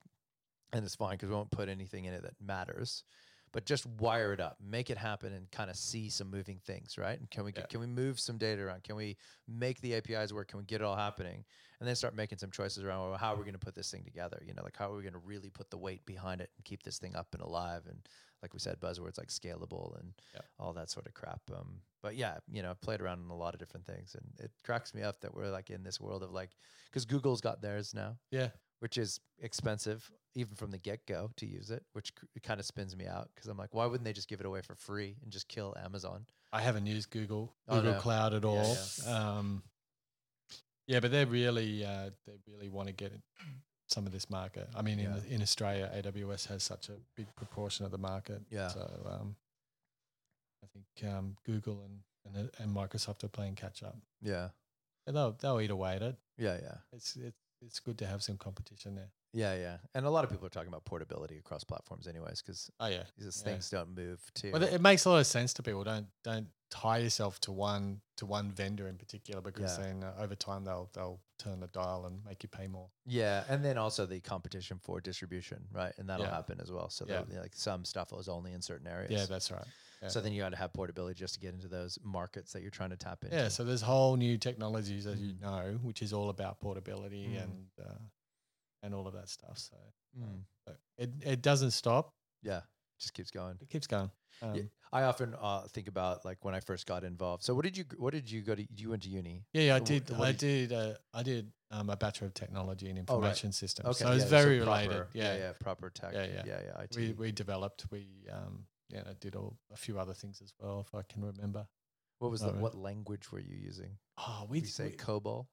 A: and it's fine because we won't put anything in it that matters. But just wire it up, make it happen, and kind of see some moving things, right? And can we
B: Yeah.
A: get, can we move some data around? Can we make the APIs work? Can we get it all happening? And then start making some choices around well, how are we going to put this thing together? You know, like how are we going to really put the weight behind it and keep this thing up and alive and like we said, buzzwords like scalable and
B: Yeah.
A: all that sort of crap. Um, but yeah, you know, I've played around in a lot of different things, and it cracks me up that we're like in this world of like, because Google's got theirs now,
B: Yeah.
A: which is expensive even from the get go to use it, which c- it kind of spins me out because I'm like, why wouldn't they just give it away for free and just kill Amazon?
B: I haven't used Google
A: Oh,
B: Google
A: no.
B: Cloud at
A: Yeah,
B: all. Um, yeah, but they really uh, they really want to get some of this market. I mean,
A: Yeah.
B: in, in Australia, AWS has such a big proportion of the market.
A: Yeah.
B: So um, I think um, Google and, and and Microsoft are playing catch up.
A: Yeah,
B: And they'll they'll eat away at it.
A: yeah, yeah.
B: It's it's it's good to have some competition there.
A: Yeah, yeah, and a lot of people are talking about portability across platforms, anyways, because
B: Oh yeah.
A: these
B: Yeah.
A: things don't move to.
B: Well, it makes a lot of sense to people. Don't don't tie yourself to one to one vendor in particular because
A: Yeah.
B: then uh, over time they'll they'll turn the dial and make you pay more.
A: Yeah, and then also the competition for distribution, right? And that'll
B: Yeah.
A: happen as well. So
B: Yeah.
A: that, like some stuff is only in certain areas.
B: Yeah, that's right. yeah.
A: So then you got to have portability just to get into those markets that you're trying to tap into.
B: Yeah, so there's whole new technologies as you
A: Mm.
B: know, which is all about portability
A: Mm.
B: and uh, and all of that stuff. So
A: Mm.
B: but it it doesn't stop.
A: Yeah, just keeps going.
B: It keeps going. Um,
A: Yeah.
B: yeah.
A: I often uh, think about like when I first got involved. So what did you g- what did you go to? You went to uni.
B: yeah, I
A: Wh-
B: did.
A: what
B: I
A: did
B: did. Uh, I did um, a bachelor of technology and
A: Oh, right.
B: information systems.
A: Okay,
B: so it's
A: yeah,
B: very
A: proper-
B: related.
A: yeah,
B: Yeah,
A: yeah, proper tech.
B: Yeah, yeah.
A: yeah, yeah IT.
B: We we developed. We um, yeah, I did all a few other things as well, if I can remember.
A: what was the,
B: Oh, right.
A: what language were you using?
B: Oh, we,
A: Did you say
B: we-
A: COBOL?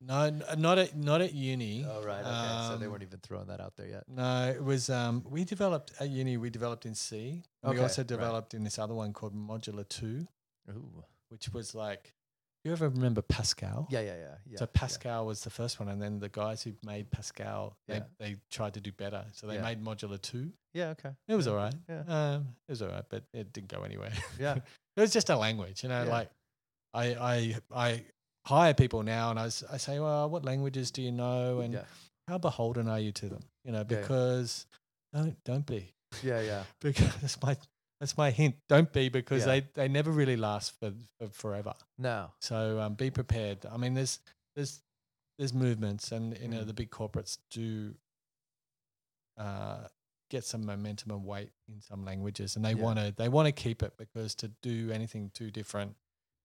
B: no, n- uh, not at not at uni.
A: Oh right, okay. so they
B: um,
A: weren't even throwing that out there yet.
B: No, it was um, we developed at uni. We developed in C. and
A: Okay,
B: we also
A: right.
B: developed in this other one called Modular Two,
A: Ooh.
B: which was like, you ever remember Pascal?
A: Yeah, yeah, yeah, yeah.
B: so
A: yeah.
B: Pascal was the first one, and then the guys who made Pascal, they,
A: Yeah.
B: they tried to do better, so they
A: Yeah.
B: made Modular Two.
A: Yeah, okay.
B: It was all right.
A: Yeah.
B: Um, it was all right, but it didn't go anywhere.
A: Yeah.
B: it was just a language, you know.
A: Yeah.
B: Like, I I I hire people now, and I s- I say, well, what languages do you know, and
A: yeah.
B: how beholden are you to them? You know,
A: Yeah, yeah.
B: because don't don't be.
A: Yeah, yeah.
B: because that's my that's my hint. Don't be because
A: Yeah.
B: they they never really last for, for forever.
A: No.
B: So um, be prepared. I mean, there's there's there's movements, and you know
A: Mm.
B: the big corporates do uh, get some momentum and weight in some languages, and they
A: Yeah.
B: want to they want to keep it because to do anything too different,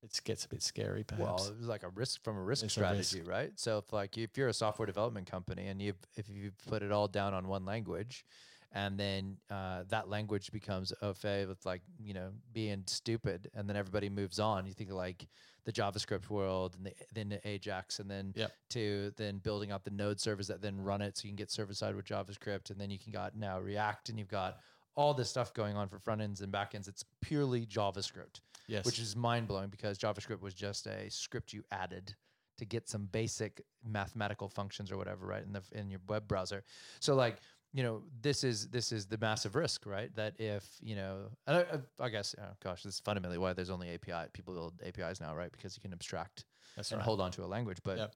B: it gets a bit scary. Perhaps.
A: Well, it was like a risk from a risk
B: It's a risk.
A: strategy, right? So if like if you're a software development company and you if you put it all down on one language, and then uh, that language becomes au fait with like you know being stupid, and then everybody moves on. You think of, like the JavaScript world, and the, then the Ajax, and then
B: Yep.
A: to then building up the Node servers that then run it, so you can get server side with JavaScript, and then you can got now React, and you've got all this stuff going on for front ends and back ends. It's purely JavaScript
B: yes,
A: which is mind blowing because JavaScript was just a script you added to get some basic mathematical functions or whatever, right, in the in your web browser. So like you know this is this is the massive risk right that if you know and i, I- I guess oh gosh this is fundamentally why there's only api people build apis now right because you can abstract
B: That's
A: and
B: right.
A: hold on to a language but
B: Yep.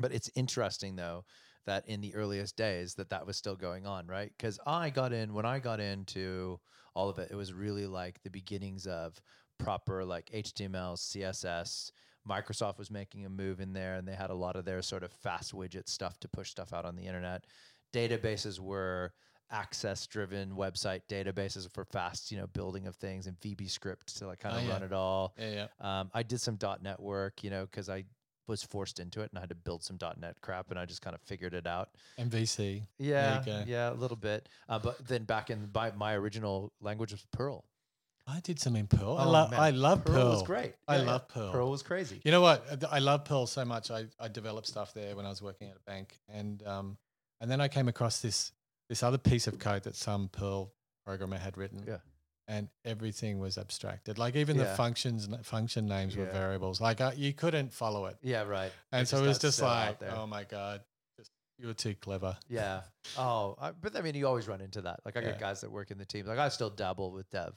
A: but it's interesting though that in the earliest days that that was still going on right because i got in when i got into all of it it was really like the beginnings of proper like html css microsoft was making a move in there and they had a lot of their sort of fast widget stuff to push stuff out on the internet databases were access driven website databases for fast you know building of things and vb script to like kind of
B: Oh, yeah.
A: run it all
B: Yeah, yeah.
A: um, I did some .NET work, you know, because I was forced into it and I had to build some .NET crap, and I just kind of figured it out.
B: MVC.
A: Yeah,
B: go.
A: yeah, a little bit. Uh, but then back in my, my original language was Perl.
B: I did some in Pearl. I,
A: Oh,
B: lo-
A: man.
B: I love Pearl.
A: was great.
B: I
A: Yeah, yeah.
B: love Pearl.
A: Perl was crazy.
B: You know what? Uh, th- I love Pearl so much. I, I developed stuff there when I was working at a bank, and um, and then I came across this this other piece of code that some Pearl programmer had written.
A: Yeah.
B: And everything was abstracted. Like even the
A: Yeah.
B: functions, n- function names were
A: Yeah.
B: variables. Like uh, you couldn't follow it,
A: Yeah, right.
B: and so it was
A: got
B: just
A: so out
B: like,
A: there.
B: oh my god, just, you were too clever.
A: Yeah. Oh, I, but I mean, you always run into that. Like, I
B: Yeah.
A: got guys that work in the team. Like, I still dabble with dev.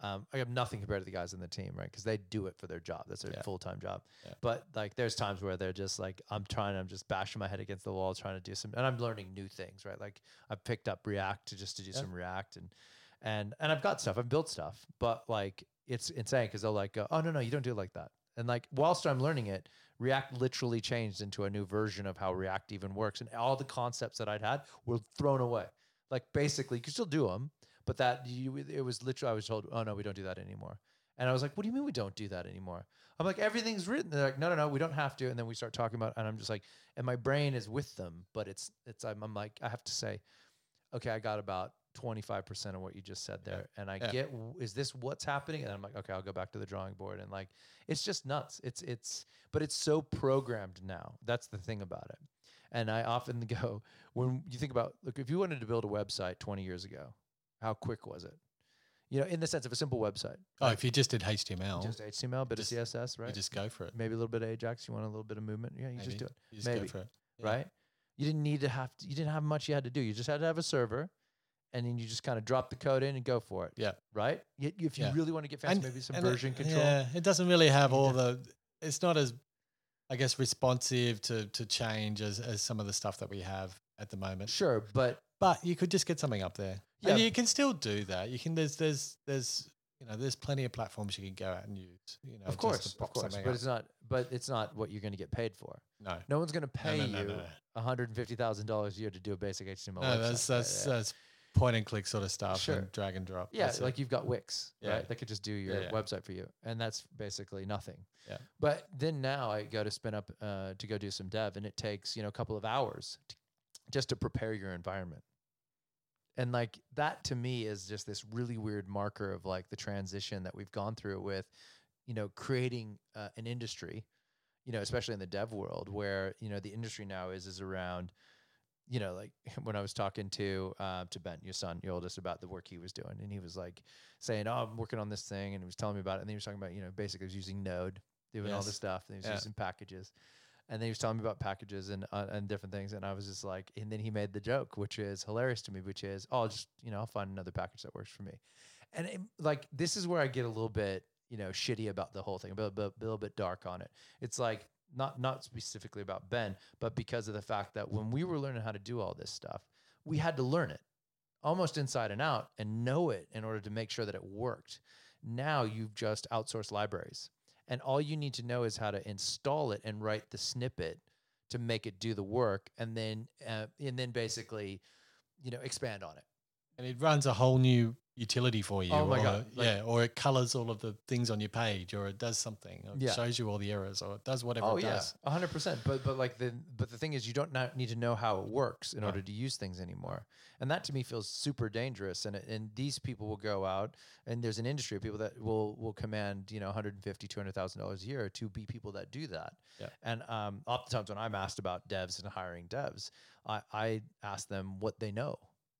A: Um, I have nothing compared to the guys in the team, right? Because they do it for their job. That's their
B: Yeah.
A: full time job.
B: Yeah.
A: But like, there's times where they're just like, I'm trying. I'm just bashing my head against the wall, trying to do some. And I'm learning new things, right? Like, I picked up React to just to do
B: Yeah.
A: some React, and and and I've got stuff. I've built stuff, but like, it's insane because they'll like, go, oh no no, you don't do it like that. And like, whilst I'm learning it, React literally changed into a new version of how React even works, and all the concepts that I'd had were thrown away. Like basically, you could still do them, but that you it was literally I was told, oh no, we don't do that anymore. And I was like, what do you mean we don't do that anymore? I'm like, everything's written. They're like, no, no, no, we don't have to. And then we start talking about, and I'm just like, and my brain is with them, but it's it's I'm, I'm like, I have to say, okay, I got about 25% of what you just said
B: Yeah.
A: there, and I
B: Yeah.
A: get w- is this what's happening? And I'm like, okay, I'll go back to the drawing board, and like, it's just nuts. It's it's but it's so programmed now. That's the thing about it. And I often go, when you think about, look, if you wanted to build a website 20 years ago, how quick was it? You know, in the sense of a simple website,
B: Oh, if you just did HTML,
A: just HTML, bit
B: Oh. just-
A: of CSS,
B: you
A: right?
B: just go for it.
A: Maybe a little bit of Ajax. You want a little bit of movement? Yeah, you
B: Maybe.
A: just do it,
B: You just go
A: Maybe.
B: for it. Yeah.
A: right? You didn't need to have to, you didn't have much you had to do. You just had to have a server, and then you just kind of drop the code in and go for it.
B: Yeah.
A: right. Yet if you
B: Yeah.
A: really want to get fancy,
B: And-
A: maybe some
B: and it-
A: version control.
B: Yeah, it doesn't really have all the. It's not as, I guess, responsive to to change as as some of the stuff that we have at the moment.
A: Sure, but
B: But you could just get something up there. Yeah,
A: Yeah.
B: and you can still do that. You can. There's there's there's you know there's plenty of platforms you can go out and use. You know,
A: of
B: just to
A: course, of
B: pop
A: course,
B: something
A: but
B: up.
A: it's not. But it's not what you're going to get paid for.
B: no.
A: No one's going to pay
B: no, no,
A: you
B: no, no.
A: one hundred and fifty thousand dollars a year to do a basic HTML.
B: No,
A: website.
B: that's
A: Yeah,
B: that's
A: yeah.
B: that's point and click sort of stuff
A: Sure.
B: and drag and drop.
A: Yeah,
B: That's it.
A: like you've got Wix,
B: Yeah.
A: right? That could just do your
B: yeah.
A: website for you, and that's basically nothing.
B: Yeah.
A: But then now I go to spin up uh, to go do some dev, and it takes you know a couple of hours to, just to prepare your environment, and like that to me is just this really weird marker of like the transition that we've gone through with, you know, creating uh, an industry, you know, especially in the dev world where you know the industry now is is around you know, like when I was talking to uh, to Ben, your son, your oldest, about the work he was doing, and he was like saying, "Oh, I'm working on this thing," and he was telling me about it, and then he was talking about, you know, basically he was using Node, doing all
B: Yes.
A: this stuff, and he was
B: Yeah.
A: using packages, and then he was telling me about packages and uh, and different things, and I was just like, and then he made the joke, which is hilarious to me, which is, "Oh, I'll just you know, I'll find another package that works for me," and it, like this is where I get a little bit you know shitty about the whole thing, a little, bit- little bit dark on it. It's like not not specifically about Ben, but because of the fact that when we were learning how to do all this stuff, we had to learn it almost inside and out and know it in order to make sure that it worked. Now you've just outsourced libraries, and all you need to know is how to install it and write the snippet to make it do the work, and then uh, and then basically, you know, expand on it.
B: and it runs a whole new utility for you.
A: Oh my
B: or-
A: God, like-
B: yeah, or it colors all of the things on your page, or it does something, or
A: Yeah.
B: it shows you all the errors, or it does whatever
A: Oh
B: it
A: yeah,
B: does.
A: a hundred percent. But but like the but the thing is, you don't not need to know how it works in
B: No.
A: order to use things anymore, and that to me feels super dangerous. And it- and these people will go out, and there's an industry of people that will will command you know 150 200000 dollars a year to be people that do that.
B: Yeah.
A: And um, oftentimes when I'm asked about devs and hiring devs, I I ask them what they know.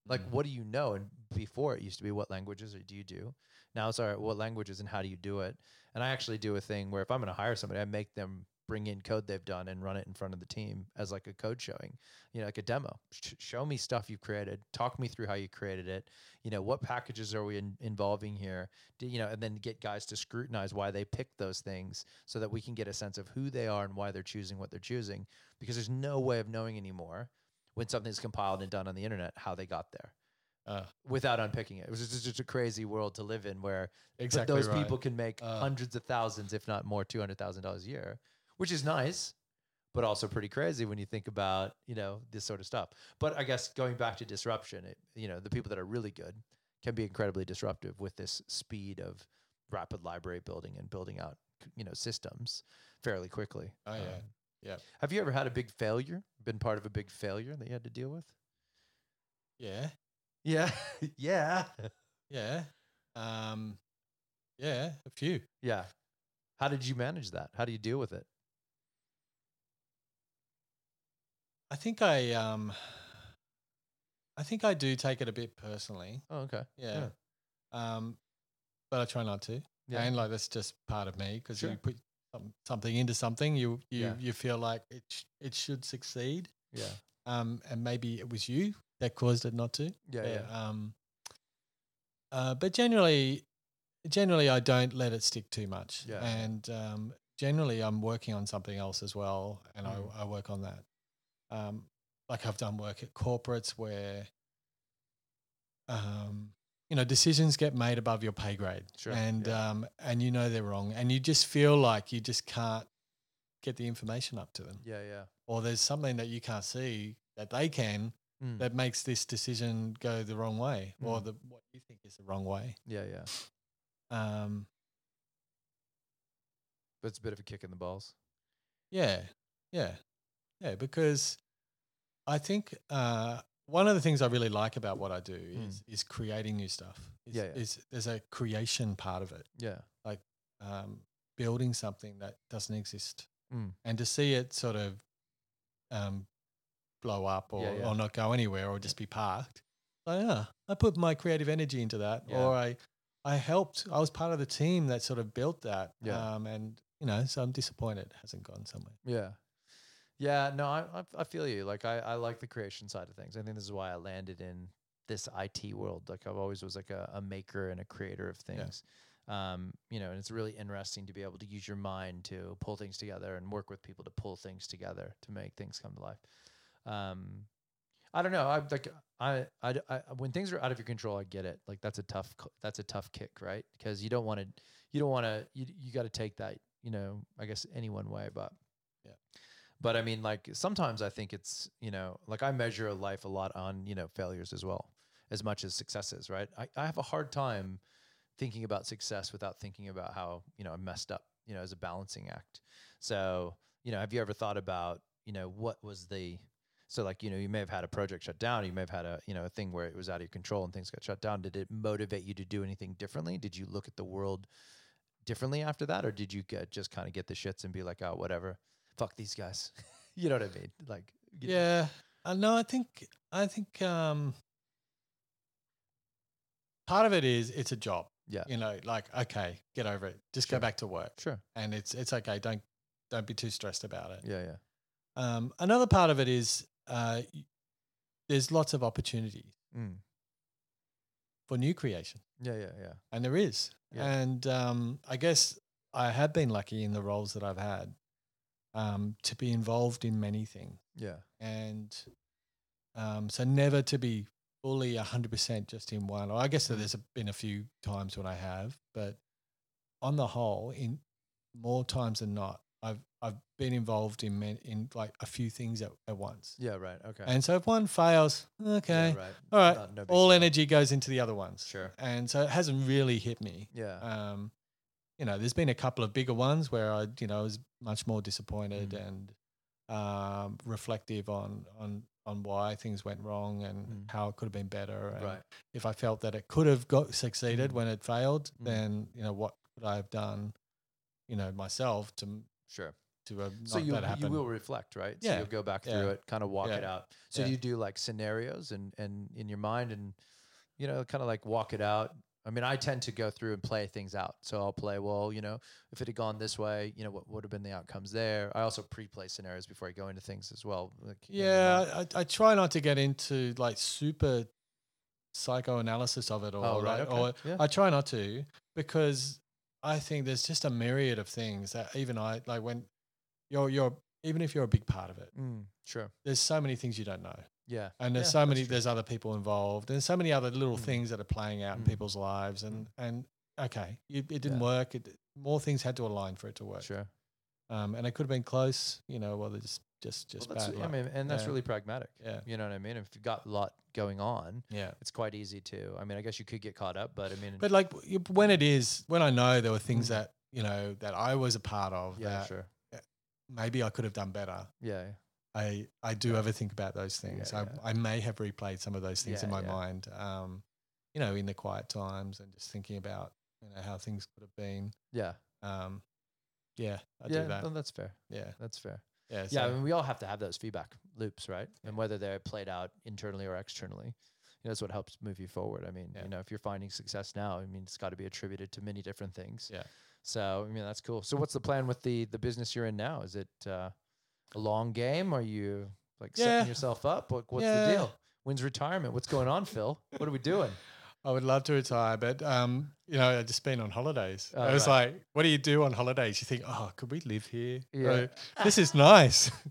A: Like,
B: Mhm.
A: what do you know? And before it used to be, what languages do you do? Now it's all right, what languages and how do you do it? And I actually do a thing where if I'm going to hire somebody, I make them bring in code they've done and run it in front of the team as like a code showing, you know, like a demo. Sh- show me stuff you've created. Talk me through how you created it. You know, what packages are we in- involving here? Do, you know, and then get guys to scrutinize why they picked those things so that we can get a sense of who they are and why they're choosing what they're choosing because there's no way of knowing anymore when something's compiled and done on the internet how they got there
B: Uh,
A: without unpicking it. It was just, just a crazy world to live in where but
B: exactly.
A: those
B: right.
A: people can make
B: Uh,
A: hundreds of thousands, if not more, two hundred thousand dollars a year, which is nice, but also pretty crazy when you think about you know this sort of stuff. But I guess going back to disruption, it, you know, the people that are really good can be incredibly disruptive with this speed of rapid library building and building out you know systems fairly quickly. Um,
B: Oh, yeah. Yeah.
A: Have you ever had a big failure? Been part of a big failure that you had to deal with?
B: Yeah.
A: Yeah, yeah,
B: Yeah. Um, yeah. A few.
A: yeah. How did you manage that? How do you deal with it?
B: I think I um I think I do take it a bit personally.
A: Oh, okay.
B: Yeah. Um but I try not to.
A: Yeah.
B: And like that's just part of me because
A: Sure.
B: you put some, something into something you you
A: Yeah.
B: you feel like it sh- it should succeed.
A: Yeah.
B: Um and maybe it was you that caused it not to.
A: Yeah. Yeah.
B: But, Um uh but generally generally I don't let it stick too much.
A: Yeah.
B: And um generally I'm working on something else as well and
A: Mm.
B: I, I work on that. Um like I've done work at corporates where um you know decisions get made above your pay grade
A: Sure,
B: and
A: yeah.
B: um and you know they're wrong and you just feel like you just can't get the information up to them
A: Yeah. Yeah.
B: or there's something that you can't see that they can
A: Mm.
B: that makes this decision go the wrong way
A: Hmm.
B: or the what you think is the wrong way
A: yeah, yeah.
B: um
A: But it's a bit of a kick in the balls.
B: Yeah, yeah, yeah. Because I think uh, one of the things I really like about what I do
A: Mm.
B: is is creating new stuff. Is,
A: Yeah, yeah.
B: is there's a creation part of it,
A: Yeah.
B: um, building something that doesn't exist,
A: Mm.
B: and to see it sort of um, blow up or,
A: Yeah, yeah.
B: or not go anywhere or just be parked. Like, ah, I put my creative energy into that,
A: Yeah.
B: or I I helped. I was part of the team that sort of built that,
A: Yeah.
B: um, and you know, so I'm disappointed it hasn't gone somewhere.
A: Yeah. Yeah. No, I, I, I feel you. Like, I, I like the creation side of things. I think this is why I landed in this IT world. Like, I've always was like a, a maker and a creator of things. Um, you know, and it's really interesting to be able to use your mind to pull things together and work with people to pull things together to make things come to life. Um, I don't know. I like I, I, d- I- when things are out of your control, I get it. Like that's a tough c- that's a tough kick, right? Because you don't want to you don't want to you you got to take that you know I guess any one way, but
B: Yeah.
A: But I mean, like sometimes I think it's you know like I measure life a lot on you know failures as well as much as successes, right? I, I have a hard time thinking about success without thinking about how you know I messed up, you know, as a balancing act. So you know, have you ever thought about you know what was the so like you know you may have had a project shut down, you may have had a you know a thing where it was out of your control and things got shut down. Did it motivate you to do anything differently? Did you look at the world differently after that, or did you get, just kind of get the shits and be like, oh whatever, fuck these guys, you know what I mean? Like you know,
B: Yeah. Uh, no, I think I think um part of it is it's a job.
A: Yeah.
B: You know, like okay, get over it. Just
A: Sure.
B: go back to work.
A: sure,
B: And it's it's okay. Don't don't be too stressed about it.
A: yeah, yeah,
B: Um another part of it is uh y- there's lots of opportunity
A: Mm.
B: for new creation.
A: yeah, yeah, yeah.
B: And there is.
A: Yeah.
B: And um I guess I have been lucky in the roles that I've had um to be involved in many things.
A: Yeah.
B: and um, so never to be fully 100% just in one. Or I guess
A: Mm.
B: that there's a, been a few times when I have, but on the whole, in more times than not, I've I've been involved in man, in like a few things at, at once.
A: Yeah. Right. Okay.
B: And so if one fails,
A: Yeah,
B: okay,
A: right.
B: all right,
A: Not- no big
B: all
A: deal.
B: energy goes into the other ones.
A: Sure.
B: And so it hasn't really hit me.
A: Yeah.
B: Um, you know, there's been a couple of bigger ones where I, you know, was much more disappointed
A: Mm.
B: and um, reflective on on on why things went wrong and
A: Mm.
B: how it could have been better. And
A: right.
B: If I felt that it could have got succeeded
A: Mm.
B: when it failed,
A: Mm.
B: then you know what could I have done, you know, myself to
A: Sure.
B: to have
A: So
B: not
A: you
B: that happen.
A: you will reflect, right? So
B: Yeah.
A: you'll go back through
B: Yeah.
A: it, kind of walk
B: Yeah.
A: it out. So
B: Yeah.
A: you do like scenarios and and in your mind and you know kind of like walk it out. I mean, I tend to go through and play things out. So I'll play, well, you know, if it had gone this way, you know, what would have been the outcomes there? I also pre-play scenarios before I go into things as well. Like, you know, not-
B: Yeah, I, I try not to get into like super psychoanalysis of it all,
A: Oh, right.
B: like-
A: okay.
B: Or
A: yeah.
B: I try not to because I think there's just a myriad of things that even I like when you're you're even if you're a big part of it,
A: Mm, sure.
B: there's so many things you don't know,
A: Yeah.
B: and there's
A: Yeah,
B: so
A: that's
B: many
A: true.
B: there's other people involved, and so many other little
A: Mm.
B: things that are playing out
A: Mm.
B: in people's lives, and and okay, you, it didn't
A: Yeah.
B: work. It, more things had to align for it to work,
A: Sure.
B: um, and it could have been close, you know. Well, it's just just
A: Well,
B: bad.
A: that's, I
B: luck.
A: mean, and that's
B: Yeah.
A: really pragmatic.
B: yeah,
A: You know what I mean? If you've got a lot going on,
B: yeah.
A: it's quite easy to. I mean, I guess you could get caught up, but I mean,
B: But like you- when it is, when I know there were things
A: Mm.
B: that you know that I was a part of
A: yeah,
B: that
A: sure.
B: maybe I could have done better.
A: Yeah. yeah.
B: I I do ever think about those things.
A: Yeah,
B: I,
A: yeah.
B: I may have replayed some of those things in
A: Yeah,
B: my
A: yeah.
B: mind. Um, you know, in the quiet times and just thinking about you know how things could have been.
A: Yeah.
B: Um, yeah, I
A: yeah.
B: do that.
A: no, that's fair.
B: Yeah,
A: That's fair.
B: yeah,
A: Yeah, I
B: so-
A: mean, we all have to have those feedback loops, right?
B: Yeah.
A: And whether they're played out internally or externally, you know, that's what helps move you forward. I mean,
B: Yeah.
A: you know, if you're finding success now, I mean, it's got to be attributed to many different things.
B: Yeah.
A: So I mean, that's cool. So what's the plan with the the business you're in now? Is it uh, a long game? Are you like
B: Yeah.
A: setting yourself up? What, what's the
B: Yeah.
A: deal? When's retirement? What's going on, Phil? What are we doing?
B: I would love to retire, but um, you know, I've just been on holidays.
A: Oh,
B: I was
A: right.
B: like, what do you do on holidays? You think, oh, could we live here?
A: Yeah.
B: Uh, this is nice. we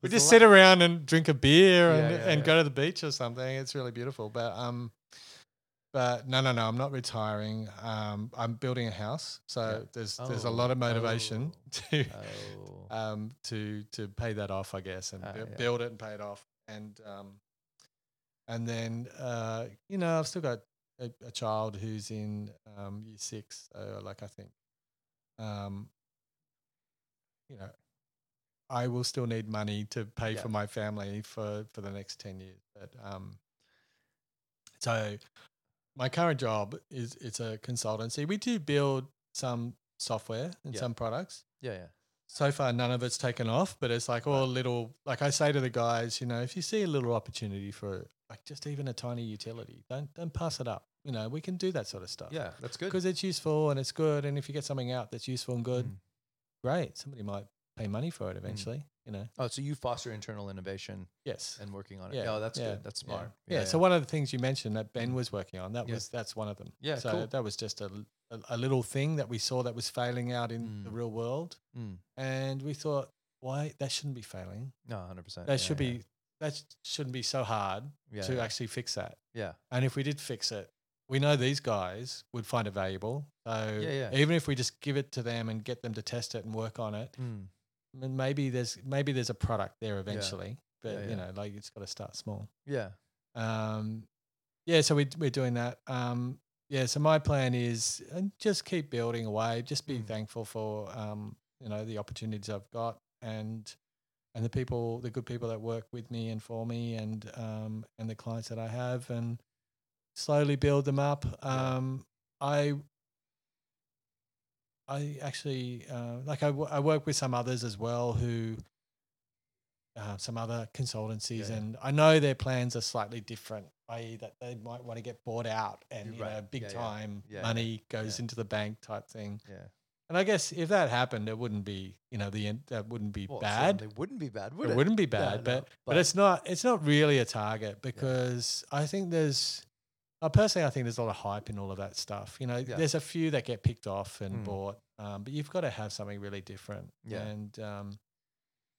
A: Was the
B: just
A: la-
B: sit around and drink a beer
A: Yeah,
B: and,
A: yeah,
B: and
A: yeah.
B: go to the beach or something. It's really beautiful. But um, but no, no, no, I'm not retiring. Um, I'm building a house, so
A: Yeah.
B: there's there's a
A: Oh,
B: lot of motivation
A: oh,
B: to
A: Oh,
B: um to to pay that off, I guess, and
A: Ah,
B: bu-
A: yeah.
B: build it and pay it off, and um, and then uh, you know, I've still got a, a child who's in um year six, so like I think, um, you know, I will still need money to pay
A: Yeah.
B: for my family for for the next ten years, but um, so my current job is it's a consultancy. We do build some software and
A: Yeah.
B: some products
A: yeah, yeah.
B: so far none of it's taken off but it's like all
A: Right.
B: little like i say to the guys you know if you see a little opportunity for like just even a tiny utility don't don't pass it up you know we can do that sort of stuff
A: Yeah, that's good.
B: because it's useful and it's good and if you get something out that's useful and good
A: Mm.
B: great somebody might pay money for it eventually you know
A: Oh, so you foster internal innovation
B: yes
A: and working on it.
B: Yeah,
A: Yeah, oh, that's
B: yeah,
A: good. That's
B: yeah.
A: smart. Mm.
B: Yeah, so one of the things you mentioned that ben was working on that
A: Yeah.
B: was that's one of them
A: Yeah,
B: so
A: cool.
B: that was just a, l- a, a little thing that we saw that was failing out in the
A: Mm.
B: real world
A: Mm.
B: and we thought why that shouldn't be failing
A: No, hundred percent.
B: that should be that sh- shouldn't be so hard
A: yeah,
B: to
A: yeah.
B: actually fix that.
A: yeah.
B: And if we did fix it, we know these guys would find it valuable. So
A: Yeah, yeah.
B: even if we just give it to them and get them to test it and work on it,
A: Mm.
B: I mean, maybe there's maybe there's a product there eventually. But
A: Yeah,
B: you
A: yeah.
B: know, like it's got to start small.
A: yeah,
B: Um, yeah, so we we're doing that. Um, yeah, so my plan is and just keep building away. Just be
A: Mm.
B: thankful for um, you know the opportunities I've got and and the people, the good people that work with me and for me, and um, and the clients that I have, and slowly build them up.
A: Yeah.
B: Um, I I actually uh, like I, w- I work with some others as well who uh, some other consultancies,
A: yeah.
B: and I know their plans are slightly different, i.e., that they might want to get bought out and
A: You're
B: you
A: right.
B: know big
A: Yeah, yeah.
B: time
A: Yeah, yeah.
B: money goes
A: Yeah.
B: into the bank type thing.
A: yeah.
B: And I guess if that happened, it wouldn't be you know the end, that wouldn't be
A: Well, it
B: bad
A: certainly wouldn't be bad, would
B: it,
A: it?
B: wouldn't be
A: Yeah,
B: bad,
A: no,
B: but, but
A: but-
B: it's not it's not really a target because I think there's uh, personally I think there's a lot of hype in all of that stuff. You know,
A: Yeah.
B: there's a few that get picked off and
A: Mm.
B: bought, um, but you've got to have something really different.
A: Yeah.
B: and um,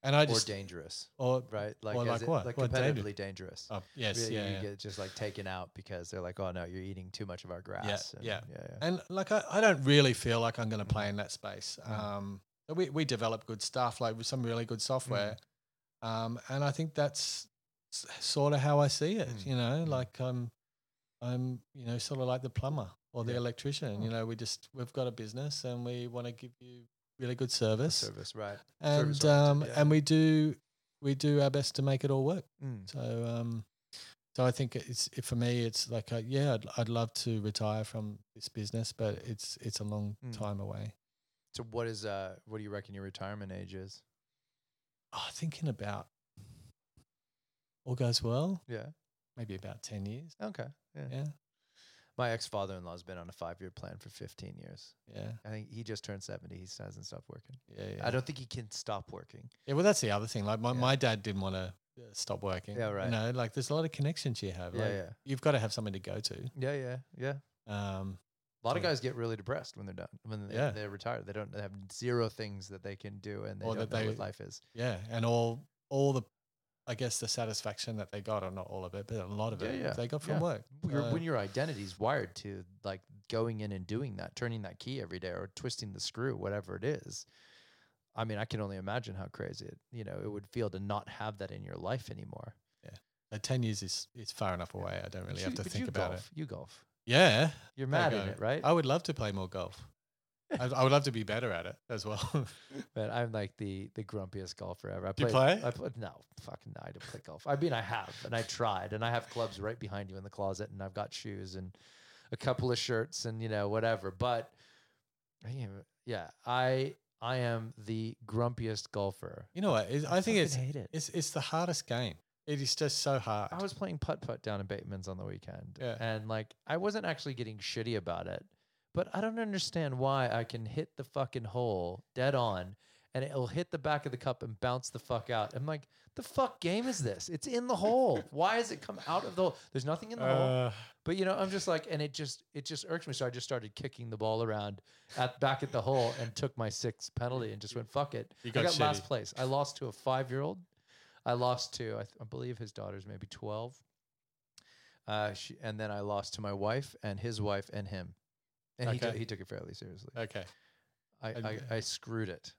B: and I
A: or
B: just
A: dangerous,
B: or
A: right? Like,
B: Or
A: as
B: like
A: it-
B: what?
A: Like
B: What
A: competitively
B: danger-
A: dangerous.
B: oh, yes,
A: Really,
B: yeah,
A: you
B: yeah.
A: get just like taken out because they're like, "Oh no, you're eating too much of our grass." and-
B: yeah.
A: yeah, yeah.
B: and like I, I don't really feel like I'm going to play in that space.
A: Mm.
B: Um, but we we develop good stuff like with some really good software,
A: Mm.
B: um, and I think that's sort of how I see it.
A: Mm.
B: You know,
A: Mm.
B: like I'm I'm you know sort of like the plumber or the
A: Yeah. Mm.
B: electrician. You know, we just we've got a business and we want to give you really good
A: The
B: service,
A: service, right?
B: and
A: service-oriented,
B: um,
A: yeah.
B: and we do we do our best to make it all work.
A: Mm.
B: So um, so I think it's it, for me it's like uh yeah I'd, I'd love to retire from this business, but it's it's a long
A: Mm.
B: time away.
A: So, what is uh, what do you reckon your retirement age is?
B: Oh, thinking about all goes well,
A: Yeah.
B: maybe about ten years.
A: Okay. Yeah.
B: Yeah,
A: My ex father in law's been on a five year plan for 15 years.
B: Yeah.
A: I think he just turned 70. He hasn't stopped working.
B: Yeah. Yeah.
A: I don't think he can stop working.
B: Yeah, well, that's the other thing. Like my,
A: Yeah.
B: my dad didn't want to stop working.
A: Yeah, right.
B: You know, like there's a lot of connections you have.
A: Yeah,
B: like,
A: yeah.
B: You've got to have something to go to.
A: Yeah, yeah, yeah.
B: Um,
A: A lot of
B: So-
A: guys get really depressed when they're done, when they-
B: Yeah.
A: they're retired. They don't they have zero things that they can do, and they
B: Or
A: don't
B: that
A: know what
B: they-
A: life is.
B: yeah, and all all the, I guess the satisfaction that they got, or not all of it, but a lot of
A: Yeah,
B: it,
A: yeah,
B: they got from
A: yeah.
B: work.
A: Your,
B: Uh,
A: when your identity's wired to like going in and doing that, turning that key every day, or twisting the screw, whatever it is. I mean, I can only imagine how crazy it, you know it would feel to not have that in your life anymore.
B: uh, ten years is is far enough away. I don't
A: But
B: really
A: you-
B: have to
A: but
B: think
A: you
B: about
A: golf, You golf.
B: it. Yeah,
A: You're
B: I
A: mad
B: go,
A: at it, right?
B: I would love to play more golf. I, I would love to be better at it as well.
A: But I'm like the the grumpiest golfer ever. I
B: Do you
A: played-
B: play?
A: I played, no, fucking no, I don't play golf. I mean, I have, and I tried, and I have clubs right behind you in the closet, and I've got shoes and a couple of shirts, and you know whatever. But I can't even- yeah, I I am the grumpiest golfer.
B: you know what? It's, I think
A: fucking
B: it's
A: hate it.
B: it's it's the hardest game. It is just so hard.
A: I was playing putt putt down in Bateman's on the weekend,
B: Yeah.
A: and like I wasn't actually getting shitty about it, but I don't understand why I can hit the fucking hole dead on, and it'll hit the back of the cup and bounce the fuck out. I'm like, the fuck game is this? It's in the hole. Why has it come out of the hole? There's nothing in the hole.
B: Uh,
A: But you know, I'm just like, and it just it just irks me. So I just started kicking the ball around at back at the hole and took my sixth penalty and just went fuck it.
B: You
A: I
B: got
A: got last
B: shitty.
A: place. I lost to a five year old. I lost to I, th- I believe his daughter's maybe twelve. Uh, she, and then I lost to my wife and his wife and him, and he,
B: Okay.
A: took he took it fairly seriously.
B: Uh, okay,
A: I, I, I screwed it.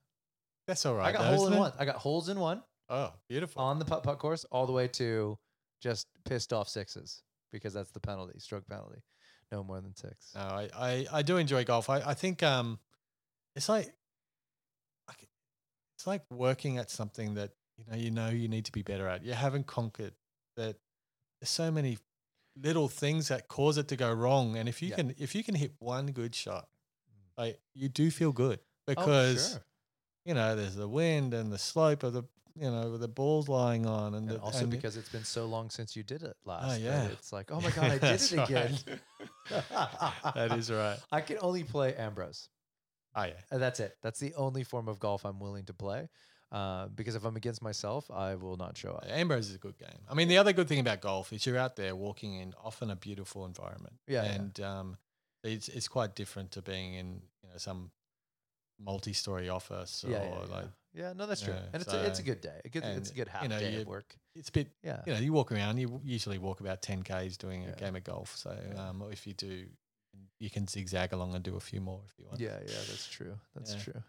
B: that's all right.
A: I got
B: though,
A: hole
B: isn't
A: in
B: it?
A: one. I got holes in one
B: Oh, beautiful.
A: on the putt putt course, all the way to just pissed off sixes because that's the penalty, stroke penalty, no more than six.
B: No, I, I, I do enjoy golf. I, I think um, it's like, like it's like working at something that you know you know you need to be better at. You haven't conquered that. There's so many little things that cause it to go wrong, and if you
A: Yeah.
B: can if you can hit one good shot, like you do feel good
A: Oh,
B: because you know there's the wind and the slope of the you know the balls lying on and,
A: And
B: the,
A: also
B: and-
A: because it's been so long since you did it last. that
B: yeah.
A: It's like, oh my God, I did
B: That's
A: it again.
B: right. that is right.
A: I can only play Ambrose.
B: Oh yeah.
A: Uh, That's it. That's the only form of golf I'm willing to play. Uh, because if I'm against myself, I will not show up.
B: Ambrose is a good game. I mean, the other good thing about golf is you're out there walking in often a beautiful environment.
A: Yeah, yeah.
B: and um, it's it's quite different to being in you know some multi-story office or
A: yeah, yeah, yeah.
B: like
A: Yeah, no, that's true.
B: Yeah,
A: and it's a, it's a
B: so-
A: good day. A good, it's
B: and,
A: a good half
B: you know,
A: day
B: you-
A: of work.
B: it's a bit.
A: Yeah.
B: You know, you walk around. You w- usually walk about ten k's doing
A: Yeah.
B: a game of golf. So
A: Yeah.
B: um, if you do, you can zigzag along and do a few more if you want.
A: Yeah, yeah, that's true. That's
B: uh, Yeah.
A: true.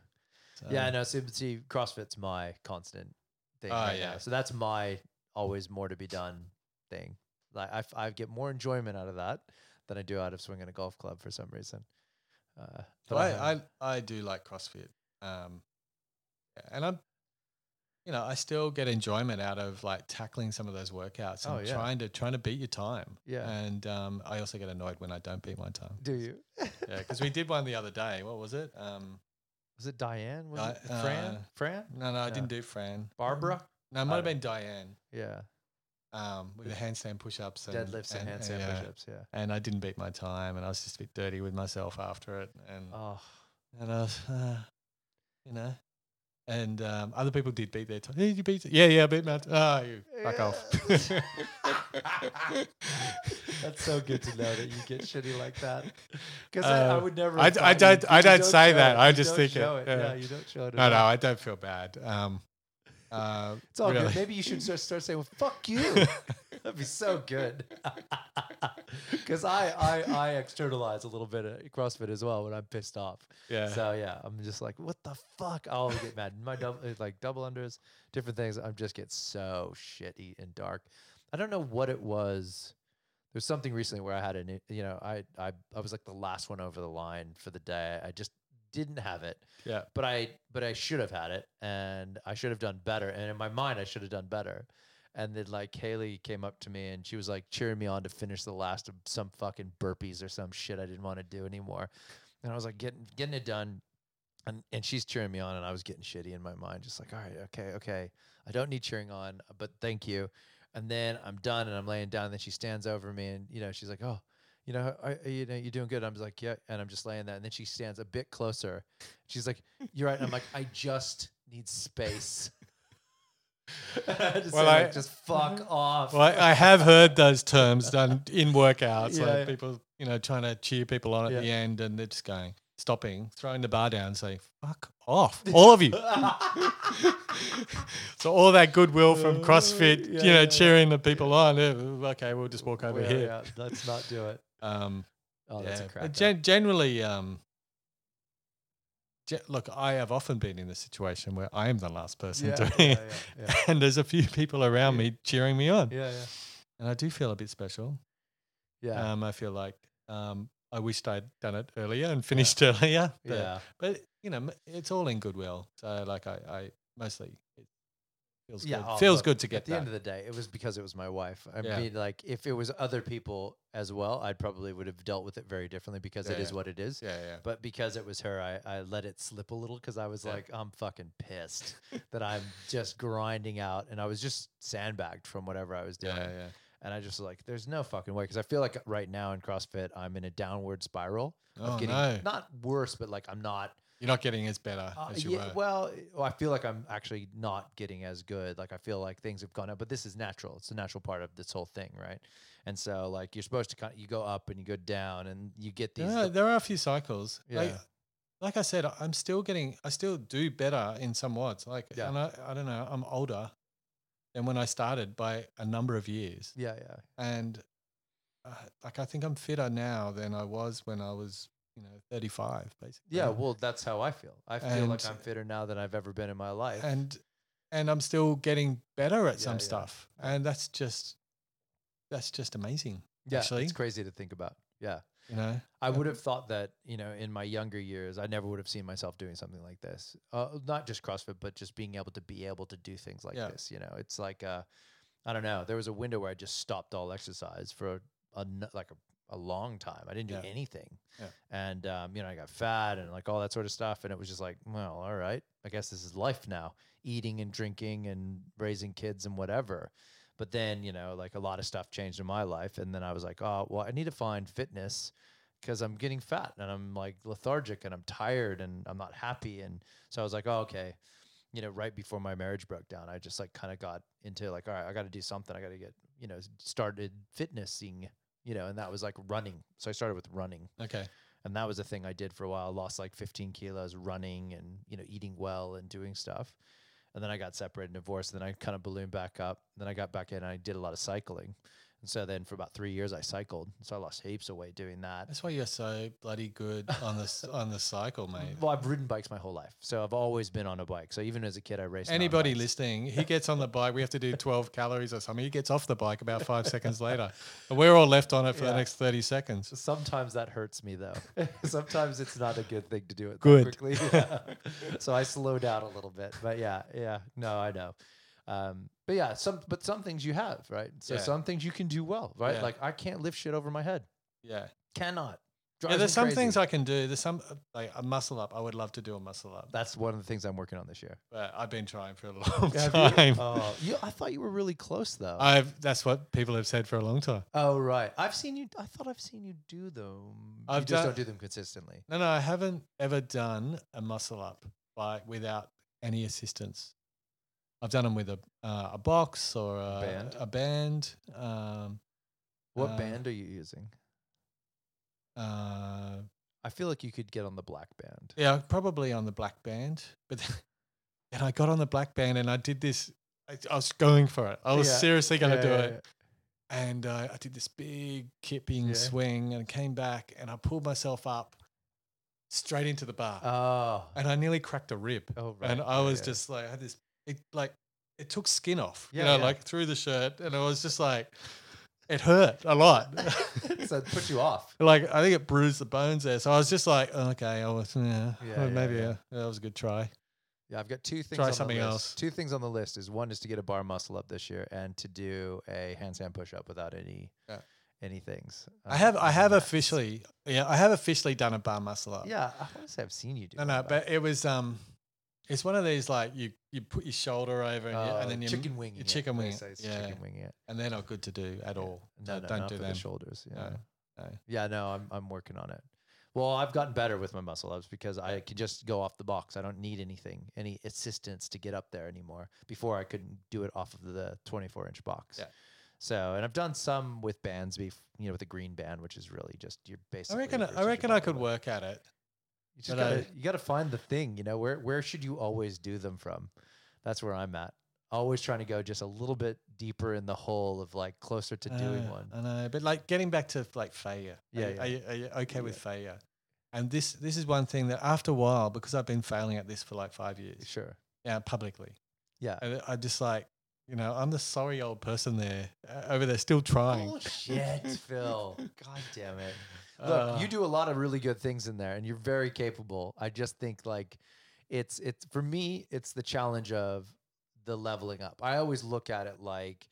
B: So,
A: Yeah, no, see, see, CrossFit's my constant thing.
B: Um, Oh,
A: right
B: yeah.
A: now. So that's my always more to be done thing. Like I, f- I get more enjoyment out of that than I do out of swinging a golf club for some reason. Uh, but
B: Well,
A: I have-
B: I, I I do like CrossFit, um, and I'm, you know, I still get enjoyment out of like tackling some of those workouts and
A: Oh, yeah.
B: trying to trying to beat your time.
A: Yeah.
B: and um, I also get annoyed when I don't beat my time.
A: do you?
B: Yeah, because we did one the other day. What was it? Um,
A: was it Diane? Was it
B: Di-
A: Fran?
B: uh,
A: Fran?
B: no, no, I
A: No.
B: didn't do Fran.
A: Barbara?
B: No, it might
A: I
B: have been Diane.
A: Yeah,
B: Um, with the handstand push-ups, and,
A: deadlifts and, handstand
B: yeah.
A: push-ups. Yeah.
B: And I didn't beat my time, and I was just a bit dirty with myself after it, and.
A: Oh,
B: And I was, uh, you know, and um, other people did beat their time. Hey, you beat it. Yeah, yeah, I beat my time. Oh, you fuck off.
A: that's so good to know that you get shitty like that. Because I, I
B: Uh,
A: would never.
B: I
A: have
B: d- I
A: thought you-
B: don't-
A: you
B: I don't say
A: show
B: that.
A: it.
B: I
A: You
B: just
A: don't
B: think it,
A: show it.
B: yeah.
A: Yeah, you don't show it. at
B: No,
A: all.
B: no, I don't feel bad. Um, uh,
A: It's all
B: really.
A: good. Maybe you should start, start saying, well, "Fuck you." That'd be so good. Because I, I I externalize a little bit at CrossFit as well when I'm pissed off.
B: Yeah.
A: So yeah, I'm just like, "What the fuck?" I always get mad. My double it's like double unders, different things. I just get so shitty and dark. I don't know what it was. There's something recently where I had an you know I I I was like the last one over the line for the day. I just didn't have it
B: yeah.
A: but I but I should have had it and I should have done better and in my mind I should have done better. And then like Haley came up to me and she was like cheering me on to finish the last of some fucking burpees or some shit I didn't want to do anymore. And I was like getting getting it done and and she's cheering me on and I was getting shitty in my mind just like all right okay okay I don't need cheering on but thank you. And then I'm done and I'm laying down and then she stands over me and you know she's like oh you know, I, I- you know, you're doing good. I'm just like, yeah. And I'm just laying there. And then she stands a bit closer. She's like, you're right. And I'm like, I just need space. And I just
B: Well,
A: say,
B: I-
A: like, just fuck off.
B: Well, I, I have heard those terms done in workouts,
A: Yeah,
B: like
A: yeah.
B: people, you know, trying to cheer people on at
A: Yeah.
B: the end, and they're just going, stopping, throwing the bar down, saying, "Fuck off, all of you." so all that goodwill from
A: Uh,
B: CrossFit,
A: yeah,
B: you know,
A: yeah, yeah.
B: cheering the people on. eh, Okay, we'll just walk over
A: Yeah,
B: here.
A: yeah, let's not do it.
B: Um,
A: Oh, that's a
B: yeah, but
A: crap.
B: gen- generally, um, ge- look, I have often been in the situation where I am the last person doing it,
A: yeah,
B: and there's a few people around
A: Yeah.
B: me cheering me on,
A: yeah, yeah,
B: and I do feel a bit special.
A: yeah,
B: Um, I feel like um, I wished I'd done it earlier and finished earlier. But,
A: yeah.
B: but you know, m- it's all in goodwill. So like, I, I mostly it feels
A: Yeah,
B: good.
A: oh,
B: feels
A: look,
B: good to get
A: At the
B: that.
A: end of the day, it was because it was my wife. I
B: Yeah.
A: mean, like if it was other people as well, I probably would have dealt with it very differently because it is
B: Yeah, yeah.
A: what it is.
B: yeah, yeah.
A: But because it was her, I, I let it slip a little because I was
B: Yeah.
A: like, I'm fucking pissed that I'm just grinding out, and I was just sandbagged from whatever I was doing.
B: Yeah, yeah,
A: And I just was like, there's no fucking way because I feel like right now in CrossFit, I'm in a downward spiral of
B: Oh
A: getting
B: no,
A: not worse, but like I'm not
B: you're not getting as better
A: uh,
B: as you
A: yeah,
B: were.
A: well, i- well, I feel like I'm actually not getting as good. Like I feel like things have gone up, but this is natural. It's a natural part of this whole thing, right? And so, like you're supposed to, kind you go up and you go down, and you get these.
B: There are, there are a few cycles. Like,
A: Yeah.
B: like I said, I- I'm still getting, I still do better in some wads. Like,
A: Yeah.
B: and I, I don't know, I'm older than when I started by a number of years.
A: yeah, yeah,
B: And uh, like, I think I'm fitter now than I was when I was, you know, 35, basically.
A: yeah. Well, that's how I feel. I feel like
B: And-
A: I'm fitter now than I've ever been in my life.
B: and, and I'm still getting better at
A: Yeah,
B: some
A: yeah.
B: stuff. And that's just, that's just amazing,
A: yeah,
B: actually.
A: it's crazy to think about. Yeah,
B: you know?
A: I
B: Yeah.
A: would have thought that you know in my younger years, I never would have seen myself doing something like this. Uh, not just CrossFit, but just being able to be able to do things like
B: Yeah.
A: this. You know, it's like uh, I don't know. There was a window where I just stopped all exercise for a, a n- like a, a long time. I didn't do
B: Yeah.
A: anything,
B: Yeah.
A: and um, you know I got fat and like all that sort of stuff. And it was just like, well, all right, I guess this is life now. Eating and drinking and raising kids and whatever. But then you know, like a lot of stuff changed in my life, and then I was like, oh well, I need to find fitness because I'm getting fat and I'm like lethargic and I'm tired and I'm not happy. And so I was like, oh, okay. You know, right before my marriage broke down, I just like kind of got into like, all right, I got to do something. I got to get, you know, s- started fitnessing, you know, and that was like running. So I started with running.
B: Okay.
A: And that was a thing I did for a while. Lost like 15 kilos running and, you know, eating well and doing stuff. And then I got separated and divorced. And then I kind of ballooned back up. And then I got back in and I did a lot of cycling. And so then for about three years, I cycled. So I lost heaps of weight doing that.
B: That's why you're so bloody good on this on the cycle, mate.
A: Well, I've ridden bikes my whole life, so I've always been on a bike. So even as a kid, I raced. mountain
B: Anybody
A: bikes.
B: listening, he gets on the bike. We have to do 12 calories or something. He gets off the bike about five seconds later. And we're all left on it for
A: Yeah.
B: the next 30 seconds.
A: Sometimes that hurts me though. Sometimes it's not a good thing to do it that
B: Good.
A: quickly. Yeah. so I slow down a little bit, but yeah, yeah, no, I know. Um, but yeah, some but some things you have right. So
B: Yeah.
A: some things you can do well, right?
B: Yeah.
A: Like I can't lift shit over my head.
B: Yeah.
A: Cannot.
B: yeah
A: Drives
B: there's
A: me
B: some
A: crazy.
B: things I can do. There's some, uh, like a muscle up. I would love to do a muscle up,
A: That's one of the things I'm working on this year.
B: but I've been trying for a long
A: Have you?
B: time.
A: Oh, you, I thought you were really close though.
B: I've, that's what people have said for a long time.
A: Oh right, I've seen you. I thought I've seen you do them. i
B: I've
A: you just
B: done-
A: don't do them consistently.
B: No, no, I haven't ever done a muscle up by, without any assistance. I've done them with a, uh, a box or a
A: Band?
B: A band um,
A: What
B: Uh,
A: band are you using?
B: uh,
A: I feel like you could get on the black band.
B: Yeah, probably on the black band. But then, and I got on the black band and I did this. I, I was going for it. I was
A: Yeah.
B: seriously going to
A: Yeah,
B: do
A: yeah,
B: it. And uh, I did this big kipping
A: Yeah.
B: swing and came back and I pulled myself up straight into the bar.
A: yeah. Oh,
B: and I nearly cracked a rib.
A: oh right.
B: and I
A: yeah,
B: was
A: yeah.
B: just like, I had this, it, like, it took skin off,
A: Yeah,
B: you know,
A: yeah.
B: like through the shirt. And I was just like, it hurt a lot.
A: so it put you off.
B: like I think it bruised the bones there. So I was just like, "Oh, okay, I was, yeah,
A: Yeah, yeah,
B: well, maybe
A: yeah.
B: uh, that was a good try.
A: Yeah, I've got two things.
B: Try
A: on
B: something
A: the list.
B: else.
A: Two things on the list is one is to get a bar muscle up this year and to do a handstand push up without any
B: Yeah.
A: any things.
B: I have, I have
A: mats.
B: officially, yeah, I have officially done a bar muscle up.
A: Yeah, I want to say I've seen you do.
B: no,
A: one,
B: no, but it was, um, it's one of these like you, you put your shoulder over and, you,
A: Oh,
B: and then you,
A: chicken wing.
B: chicken wing it,
A: Chicken
B: yeah.
A: wing it.
B: and they're not good to do at all.
A: No,
B: So
A: no,
B: don't
A: not
B: do
A: for
B: them.
A: the shoulders. Yeah.
B: No. So
A: Yeah, no, I'm I'm working on it. Well, I've gotten better with my muscle ups because I can just go off the box. I don't need anything, any assistance to get up there anymore. Before I couldn't do it off of the 24 inch box.
B: Yeah.
A: So, and I've done some with bands, bef- you know, with a green band, which is really just you're
B: I
A: basically.
B: reckon
A: it's just
B: I
A: a
B: reckon I
A: barbell
B: could
A: weight.
B: work at it.
A: You just
B: but I-
A: gotta, you gotta find the thing. You know, where where should you always do them from? That's where I'm at. Always trying to go just a little bit deeper in the hole of like closer to doing
B: Uh,
A: one.
B: I know, but like getting back to like failure. Are
A: Yeah,
B: you-
A: yeah.
B: Are, you, are you okay with failure? And this this is one thing that after a while, because I've been failing at this for like five years,
A: Sure.
B: yeah, publicly,
A: Yeah.
B: and I just like, you know, I'm the sorry old person there uh, over there still trying.
A: Bullshit, Phil. God damn it. Look,
B: Uh,
A: you do a lot of really good things in there, and you're very capable. I just think like it's it's for me, it's the challenge of the leveling up. I always look at it like,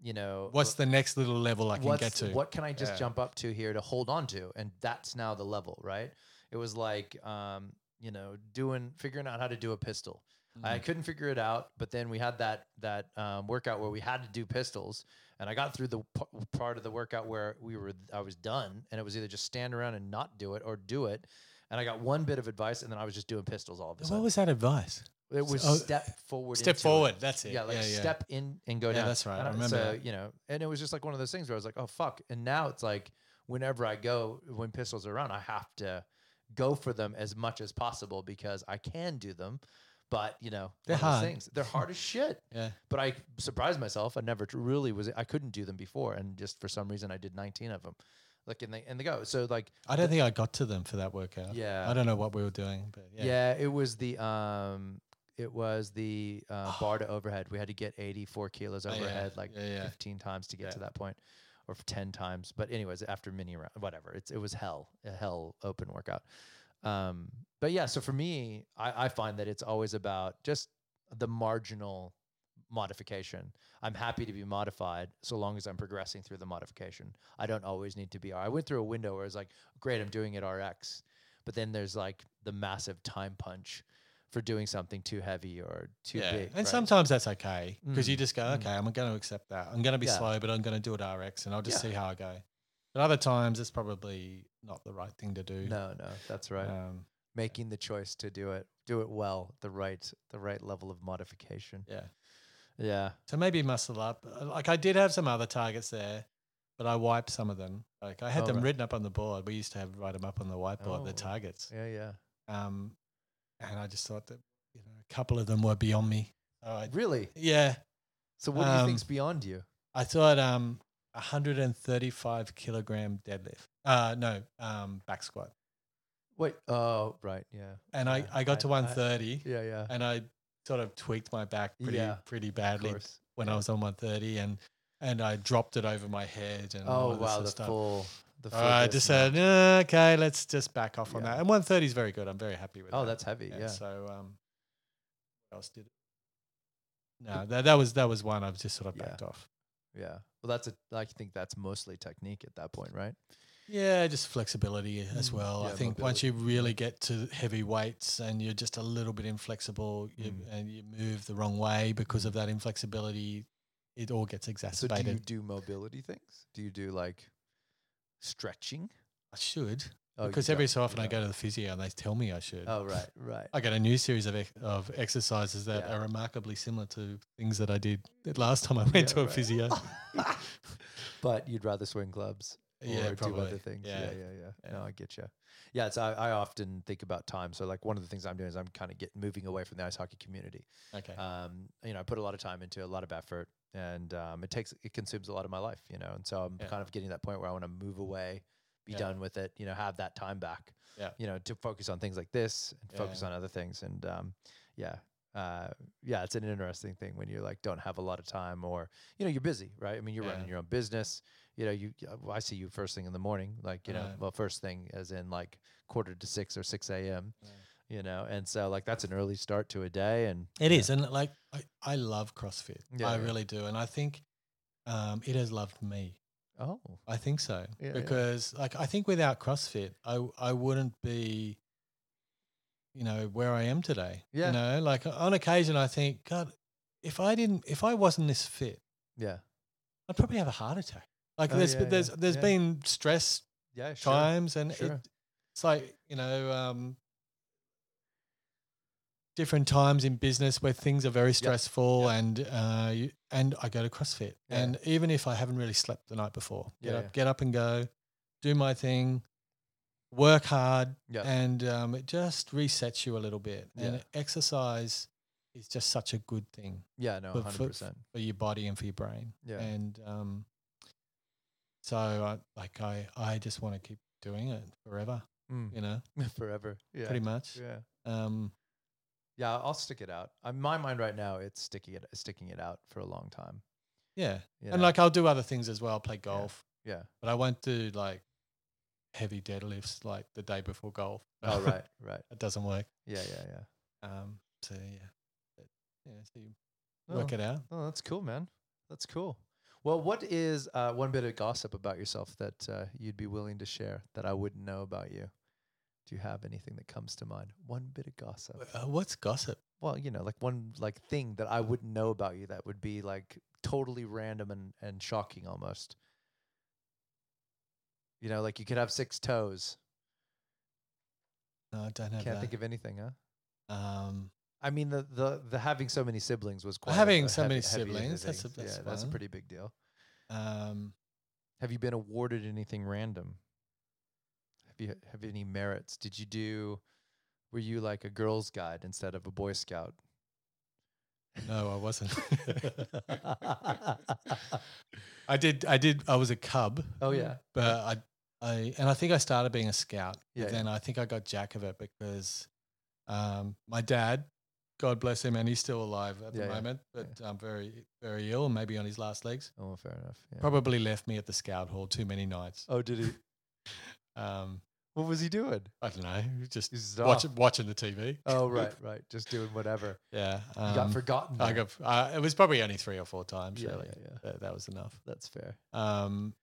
A: you know,
B: What's the next little level I can
A: what's-
B: get to?
A: What can I just
B: Yeah.
A: jump up to here to hold on to? And that's now the level, right? It was like, um, you know, doing figuring out how to do a pistol. I
B: Mm.
A: couldn't figure it out, but then we had that that um, workout where we had to do pistols, and I got through the p- part of the workout where we were I was done, and it was either just stand around and not do it or do it. And I got one bit of advice, and then I was just doing pistols all of a
B: what
A: sudden.
B: was that advice?
A: it was
B: oh,
A: step forward.
B: Step
A: into it.
B: forward. That's it.
A: Yeah, like step in and go
B: Yeah,
A: down.
B: that's right.
A: And
B: I remember
A: So
B: that.
A: you know, and it was just like one of those things where I was like, oh fuck. And now it's like whenever I go, when pistols are around, I have to go for them as much as possible because I can do them. But you know,
B: They're
A: one of those
B: hard.
A: Things. They're hard as shit.
B: Yeah.
A: But I surprised myself. I never tr- really was. I couldn't do them before, and just for some reason, I did 19 of them. Like in the in the go. So like,
B: I don't think I got to them for that workout.
A: yeah,
B: I don't know what we were doing, but yeah.
A: yeah. it was the um, it was the uh, bar to overhead. We had to get eighty-four kilos
B: Oh, yeah.
A: overhead, like
B: Yeah, yeah.
A: fifteen times to get
B: Yeah.
A: to that point, or f- ten times. But anyways, after mini round, whatever, it's it was hell, a hell open workout. Um, but yeah, so for me, I, I find that it's always about just the marginal modification. I'm happy to be modified so long as I'm progressing through the modification. I don't always need to be. I went through a window where I was like, great, I'm doing it RX. But then there's like the massive time punch for doing something too heavy or too
B: Yeah.
A: big.
B: And
A: right?
B: sometimes that's okay because you
A: Mm,
B: just go,
A: mm.
B: okay, I'm going to accept that. I'm going to be
A: Yeah.
B: slow, but I'm going to do it RX and I'll just
A: Yeah.
B: see how I go. But other times it's probably not the right thing to do.
A: no, no, that's right.
B: Um,
A: Making the choice to do it, do it well, the right, the right level of modification.
B: yeah.
A: Yeah.
B: So maybe muscle up. Uh, Like I did have some other targets there, but I wiped some of them. Like I had
A: Oh,
B: them
A: right.
B: written up on the board. We used to have write them up on the whiteboard,
A: Oh.
B: the targets.
A: Yeah. Yeah.
B: Um, and I just thought that you know a couple of them were beyond me. So I,
A: Really?
B: yeah,
A: So what do you
B: Um,
A: think's beyond you?
B: I thought um 135 kilogram deadlift. Uh no, um back squat.
A: Wait. Oh, right. Yeah.
B: And I,
A: Yeah,
B: I got to
A: I- I-
B: 130
A: Yeah. Yeah.
B: and I sort of tweaked my back pretty
A: Yeah,
B: pretty
A: Of
B: badly
A: course.
B: when I was on 130 and and I dropped it over my head and all
A: Oh
B: of this
A: wow,
B: sort of
A: the
B: stuff. Uh,
A: full, the full.
B: I
A: disc
B: just
A: now.
B: said, "Nah, okay, let's just back off on
A: Yeah.
B: that. And 130 is very good. I'm very happy with
A: Oh,
B: that.
A: that's heavy. Yeah.
B: So um what else did it? No, that, that was that was one I've just sort of
A: Yeah.
B: backed off.
A: Yeah. Well, that's a. I think that's mostly technique at that point, right?
B: Yeah, just flexibility as
A: Mm.
B: well. I
A: Yeah,
B: think once you really get to heavy weights and you're just a little bit inflexible you,
A: Mm.
B: and you move the wrong way because of that inflexibility, it all gets
A: So do you
B: exacerbated.
A: do mobility things? Do you do like stretching?
B: I should
A: Oh, you
B: because every
A: don't,
B: so
A: you
B: often I
A: don't.
B: go to the physio and they tell me I should.
A: Oh right, right.
B: I get a new series of ex- of exercises that
A: Yeah.
B: are remarkably similar to things that I did the last time I went
A: Yeah,
B: to a
A: right.
B: physio.
A: but you'd rather swing clubs
B: yeah,
A: or
B: probably.
A: do other things. Yeah, yeah,
B: Yeah.
A: yeah.
B: Yeah.
A: No, I get you. Yeah, it's I, I often think about time. So like one of the things I'm doing is I'm kind of get moving away from the ice hockey community.
B: Okay.
A: um, you know, I put a lot of time into a lot of effort and um, it takes, it consumes a lot of my life, you know? And so I'm
B: Yeah.
A: kind of getting to that point where I want to move away, be
B: Yeah.
A: done with it, you know, have that time back,
B: Yeah.
A: you know, to focus on things like this and
B: Yeah,
A: focus
B: yeah.
A: on other things. And um, yeah, uh, yeah, it's an interesting thing when you like, don't have a lot of time or, you know, you're busy, right? I mean, you're
B: Yeah.
A: running your own business, you know, you, uh, well, I see you first thing in the morning, like, you know,
B: Right.
A: well, first thing as in like quarter to six or 6 a.m.,
B: Yeah.
A: you know? And so like, that's an early start to a day and
B: It
A: yeah.
B: is, and like I, I love CrossFit.
A: Yeah,
B: I
A: yeah.
B: really do, and I think um, it has loved me.
A: Oh,
B: I think so
A: Yeah, yeah.
B: because like I think without CrossFit, I I wouldn't be, you know, where I am today.
A: Yeah.
B: You know, like on occasion, I think God, if I didn't, if I wasn't this fit.
A: yeah.
B: I'd probably have a heart attack. Like
A: Oh,
B: there's
A: yeah,
B: there's
A: yeah,
B: there's
A: yeah.
B: been stress
A: Yeah, sure.
B: times, and
A: Sure.
B: it, it's like you know, um, different times in business where things are very stressful,
A: yeah.
B: and uh, you, and I go to CrossFit,
A: Yeah.
B: and even if I haven't really slept the night before, get
A: Yeah,
B: up,
A: yeah.
B: get up and go, do my thing, work hard,
A: Yeah.
B: and um, it just resets you a little bit.
A: Yeah.
B: And exercise is just such a good thing
A: yeah, no,
B: but for-
A: 100%.
B: for your body and for your brain
A: Yeah.
B: and um, so I, like I, I just want to keep doing it forever,
A: Mm.
B: you know,
A: Forever. Yeah.
B: pretty much.
A: Yeah.
B: Um,
A: Yeah, I'll stick it out. In my mind right now, it's sticking it sticking it out for a long time.
B: yeah.
A: you
B: and
A: know?
B: like I'll do other things as well. I'll play golf,
A: yeah.
B: but I won't do like heavy deadlifts like the day before golf.
A: Oh right, right.
B: it doesn't work.
A: Yeah, yeah, yeah.
B: Um, so yeah, but, yeah. So you
A: No,
B: work it out.
A: Oh, that's cool, man. That's cool. Well, what is uh, one bit of gossip about yourself that uh, you'd be willing to share that I wouldn't know about you? Do you have anything that comes to mind? One bit of gossip.
B: Uh, what's gossip?
A: Well, you know, like one like thing that I wouldn't know about you that would be like totally random and and shocking almost. You know, like you could have six toes.
B: No, I don't have
A: Can't
B: that.
A: think of anything, huh?
B: um,
A: I mean, the the the having so many siblings was quite a-
B: Having
A: a
B: so many
A: heavy- heavy
B: siblings,
A: thing.
B: that's a- that's
A: yeah, that's a
B: one.
A: pretty big deal.
B: um,
A: Have you been awarded anything random? Have you have any merits? Did you do? Were you like a Girls Guide instead of a Boy Scout?
B: no, I wasn't. I did. I did. I was a cub.
A: Oh, yeah.
B: But I, I, and I think I started being a scout.
A: Yeah, yeah.
B: But then I think I got jack of it because, um, my dad, God bless him, and he's still alive at
A: Yeah,
B: the
A: yeah,
B: moment, but um, very, very ill, maybe on his last legs.
A: oh, fair enough. yeah.
B: Probably left me at the scout hall too many nights.
A: Oh, did he?
B: Um,
A: What was he doing?
B: I don't know, just
A: Oh. He's just
B: watch,
A: off.
B: watching the TV.
A: Oh, right, right. Just doing whatever.
B: yeah.
A: you got
B: um,
A: forgotten.
B: I
A: there.
B: got. Uh, it was probably only three or four times.
A: Yeah,
B: really,
A: yeah, yeah.
B: That, that was enough.
A: That's fair.
B: Um,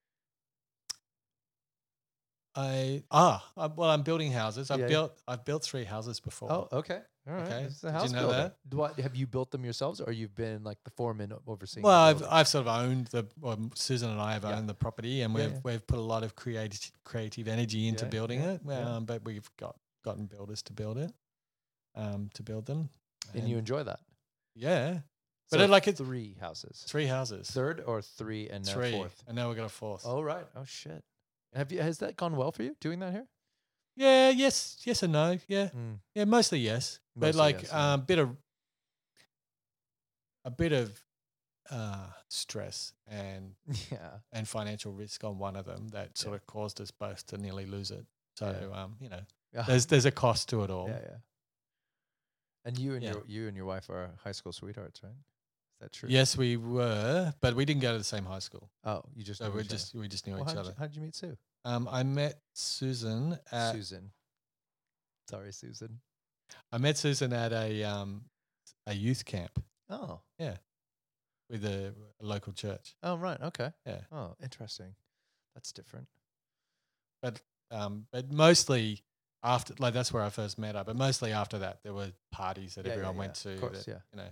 B: I ah I, well, I'm building houses. I've
A: Yeah, yeah.
B: built I've built three houses before.
A: Oh, okay. All right.
B: Okay,
A: It's the
B: did you
A: house
B: know
A: builder.
B: that?
A: Do I- have you built them yourselves, or you've been like the foreman o- overseeing? the
B: well, I've
A: building?
B: I've sort of owned the well, Susan and I have
A: Yeah.
B: owned the property, and
A: Yeah,
B: we've
A: yeah.
B: we've put a lot of creative creative energy into
A: Yeah,
B: building
A: yeah,
B: it.
A: yeah.
B: Um, but we've got gotten builders to build it, um, to build them.
A: and you enjoy that.
B: yeah, But it- like it's-
A: three houses.
B: three houses,
A: third or three and now
B: three,
A: fourth.
B: and now we've got a fourth.
A: Oh right. Oh shit. Have you has that gone well for you doing that here?
B: Yeah, yes, yes and no. Yeah, Yeah, mostly yes, but
A: Mostly
B: like
A: yes,
B: a
A: yeah.
B: bit of a bit of uh, stress and
A: Yeah.
B: and financial risk on one of them that sort of caused us both to nearly lose it. So um, you know,
A: Yeah.
B: there's there's a cost to it all.
A: yeah, yeah. And you and
B: Oh. Yeah.
A: your you and your wife are high school sweethearts, right? Is that true?
B: Yes, we were, but we didn't go to the same high school,
A: Oh, you just
B: so
A: knew
B: we
A: each other.
B: just we just knew
A: Well,
B: each
A: how'd,
B: other.
A: You, how'd you meet Sue?
B: Um, I met Susan at
A: Susan. Sorry, Susan.
B: I met Susan at a um a youth camp
A: Oh.
B: with a, a local church.
A: Oh right. Okay.
B: Yeah.
A: Oh, interesting. That's different.
B: um, but mostly after like that's where I first met her. But mostly after that, there were parties that
A: Yeah, yeah,
B: everyone
A: yeah,
B: went to.
A: Of course,
B: that,
A: yeah.
B: You know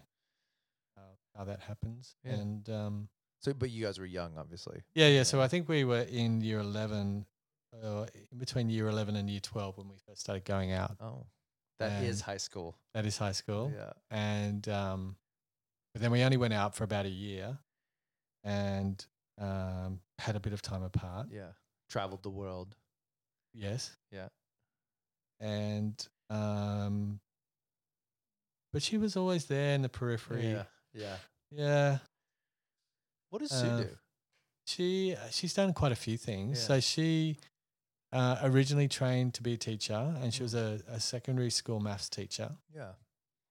B: how, how that happens,
A: Yeah.
B: and um,
A: So but you guys were young, obviously.
B: yeah, yeah. So I think we were in year eleven, uh, in between year eleven and year twelve when we first started going out.
A: Oh. that is
B: And-
A: high school.
B: That is high school,
A: Yeah.
B: and um, but then we only went out for about a year, and um, had a bit of time apart.
A: Yeah. Traveled the world.
B: Yes.
A: Yeah.
B: And um but she was always there in the periphery.
A: Yeah. Yeah.
B: Yeah.
A: What does Sue
B: Uh,
A: do?
B: She uh, she's done quite a few things.
A: Yeah.
B: So she uh, originally trained to be a teacher and she was a,
A: Mm.
B: a secondary school maths teacher.
A: Yeah.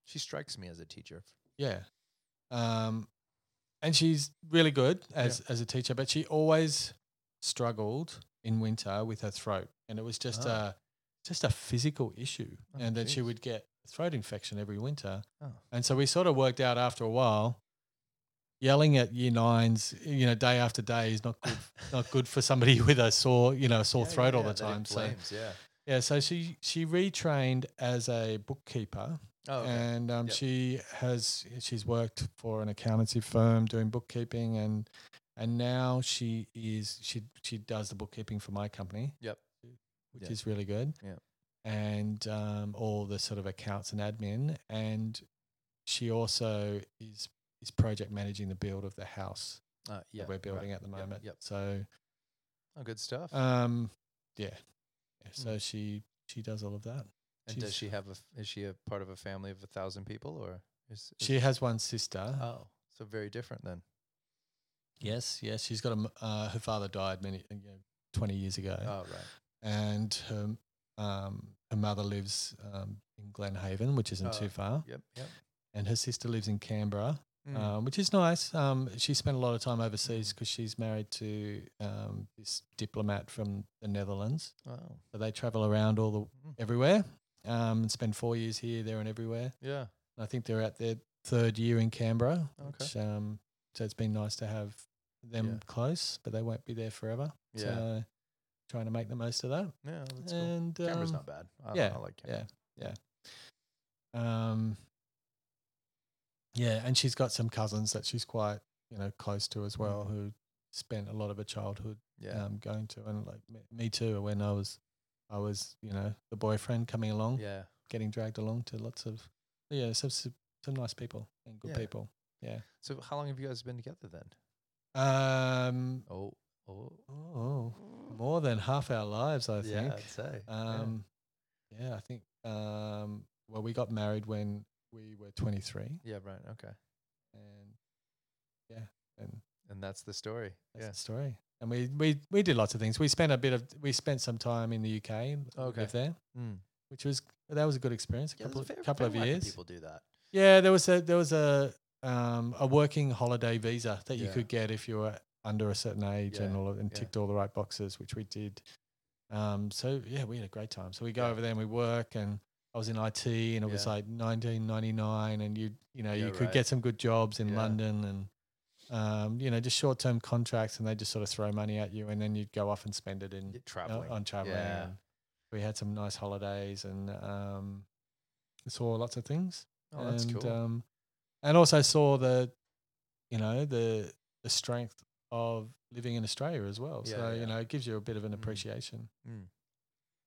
A: She strikes me as a teacher.
B: Yeah. Um and she's really good
A: Yeah.
B: as as a teacher, but she always struggled in winter with her throat. And it was just
A: Oh.
B: a just a physical issue.
A: Oh,
B: and then she
A: jeez.
B: would get throat infection every winter.
A: Oh.
B: And so we sort of worked out after a while, yelling at year nines, you know, day after day is not good, not good for somebody with a sore, you know, a sore throat all the time. So
A: yeah.
B: yeah, so she she retrained as a bookkeeper,
A: Oh,
B: and um,
A: Yep.
B: she has she's worked for an accountancy firm doing bookkeeping and and now she is she she does the bookkeeping for my company.
A: Yep.
B: which
A: Yeah.
B: is really good.
A: Yeah.
B: and um, all the sort of accounts and admin, and she also is is project managing the build of the house
A: Uh, yeah,
B: that we're building
A: right.
B: at the
A: Yep,
B: moment.
A: Yep.
B: So,
A: Oh, good stuff.
B: um, yeah, Yeah, so she she does all of that.
A: Hmm. and does
B: she's-
A: she have a? f- Is she a part of a family of a thousand people, or is, is
B: She has one sister.
A: Oh, so very different then.
B: Yes, yes, she's got a. m- Uh, her father died many you know, twenty years ago,
A: Oh, right.
B: and her um, her mother lives um, in Glenhaven, which isn't
A: Oh,
B: too far,
A: Yep. Yep.
B: and her sister lives in Canberra,
A: Mm.
B: um, which is nice. Um, she spent a lot of time overseas because she's married to um, this diplomat from the Netherlands.
A: oh.
B: So they travel around all the
A: Mm.
B: everywhere, um, and spend four years here, there, and everywhere.
A: Yeah.
B: I think they're at their third year in Canberra.
A: Okay.
B: Which, um, so it's been nice to have them
A: Yeah.
B: close, but they won't be there forever.
A: Yeah.
B: So trying to make the most of that.
A: yeah. That's cool.
B: and
A: Canberra's
B: um,
A: not bad. I,
B: yeah,
A: I like Canberra.
B: yeah, yeah. Um, yeah, and she's got some cousins that she's quite you know close to as well, who spent a lot of her childhood
A: Mm. Yeah.
B: um, going to, and like me, me too. When I was, I was you know the boyfriend coming along,
A: Yeah.
B: getting dragged along to lots of yeah some some some nice people and good
A: Yeah.
B: people.
A: So how long have you guys been together then?
B: Um,
A: Oh. Oh.
B: oh, more than half our lives, I
A: yeah,
B: think.
A: I'd say. yeah.
B: Um, yeah. I think. Um, well, we got married when we were 23, and
A: Yeah. Right. Okay.
B: yeah, and
A: And that's the story.
B: that's
A: yeah.
B: the story. And we, we we did lots of things. We spent a bit of we spent some time in the UK. when we
A: Okay.
B: lived there,
A: Mm.
B: which was that was a good experience. A
A: Yeah,
B: couple
A: there's a fair-
B: of, couple
A: fair
B: of
A: whack
B: years.
A: People do that.
B: Yeah, there was a there was a um a working holiday visa that you
A: Yeah.
B: could get if you were under a certain age and
A: Yeah,
B: all of, and
A: yeah.
B: ticked all the right boxes, which we did. Um, so yeah, we had a great time. So we go
A: Yeah.
B: over there and we work, and I was in IT, and it was
A: Yeah.
B: like 1999, and you you know
A: Yeah,
B: you could
A: right.
B: get some good jobs in
A: Yeah.
B: London and. Um, you know, just short term contracts, and they just sort of throw money at you, and then you'd go off and spend it in
A: Yeah,
B: uh,
A: traveling.
B: on traveling.
A: Yeah.
B: and We had some nice holidays and um, saw lots of things.
A: oh, that's
B: and,
A: cool.
B: Um, and also saw the, you know, the the strength of living in Australia as well.
A: Yeah,
B: so
A: yeah.
B: you know, it gives you a bit of an
A: Mm.
B: appreciation.
A: Mm.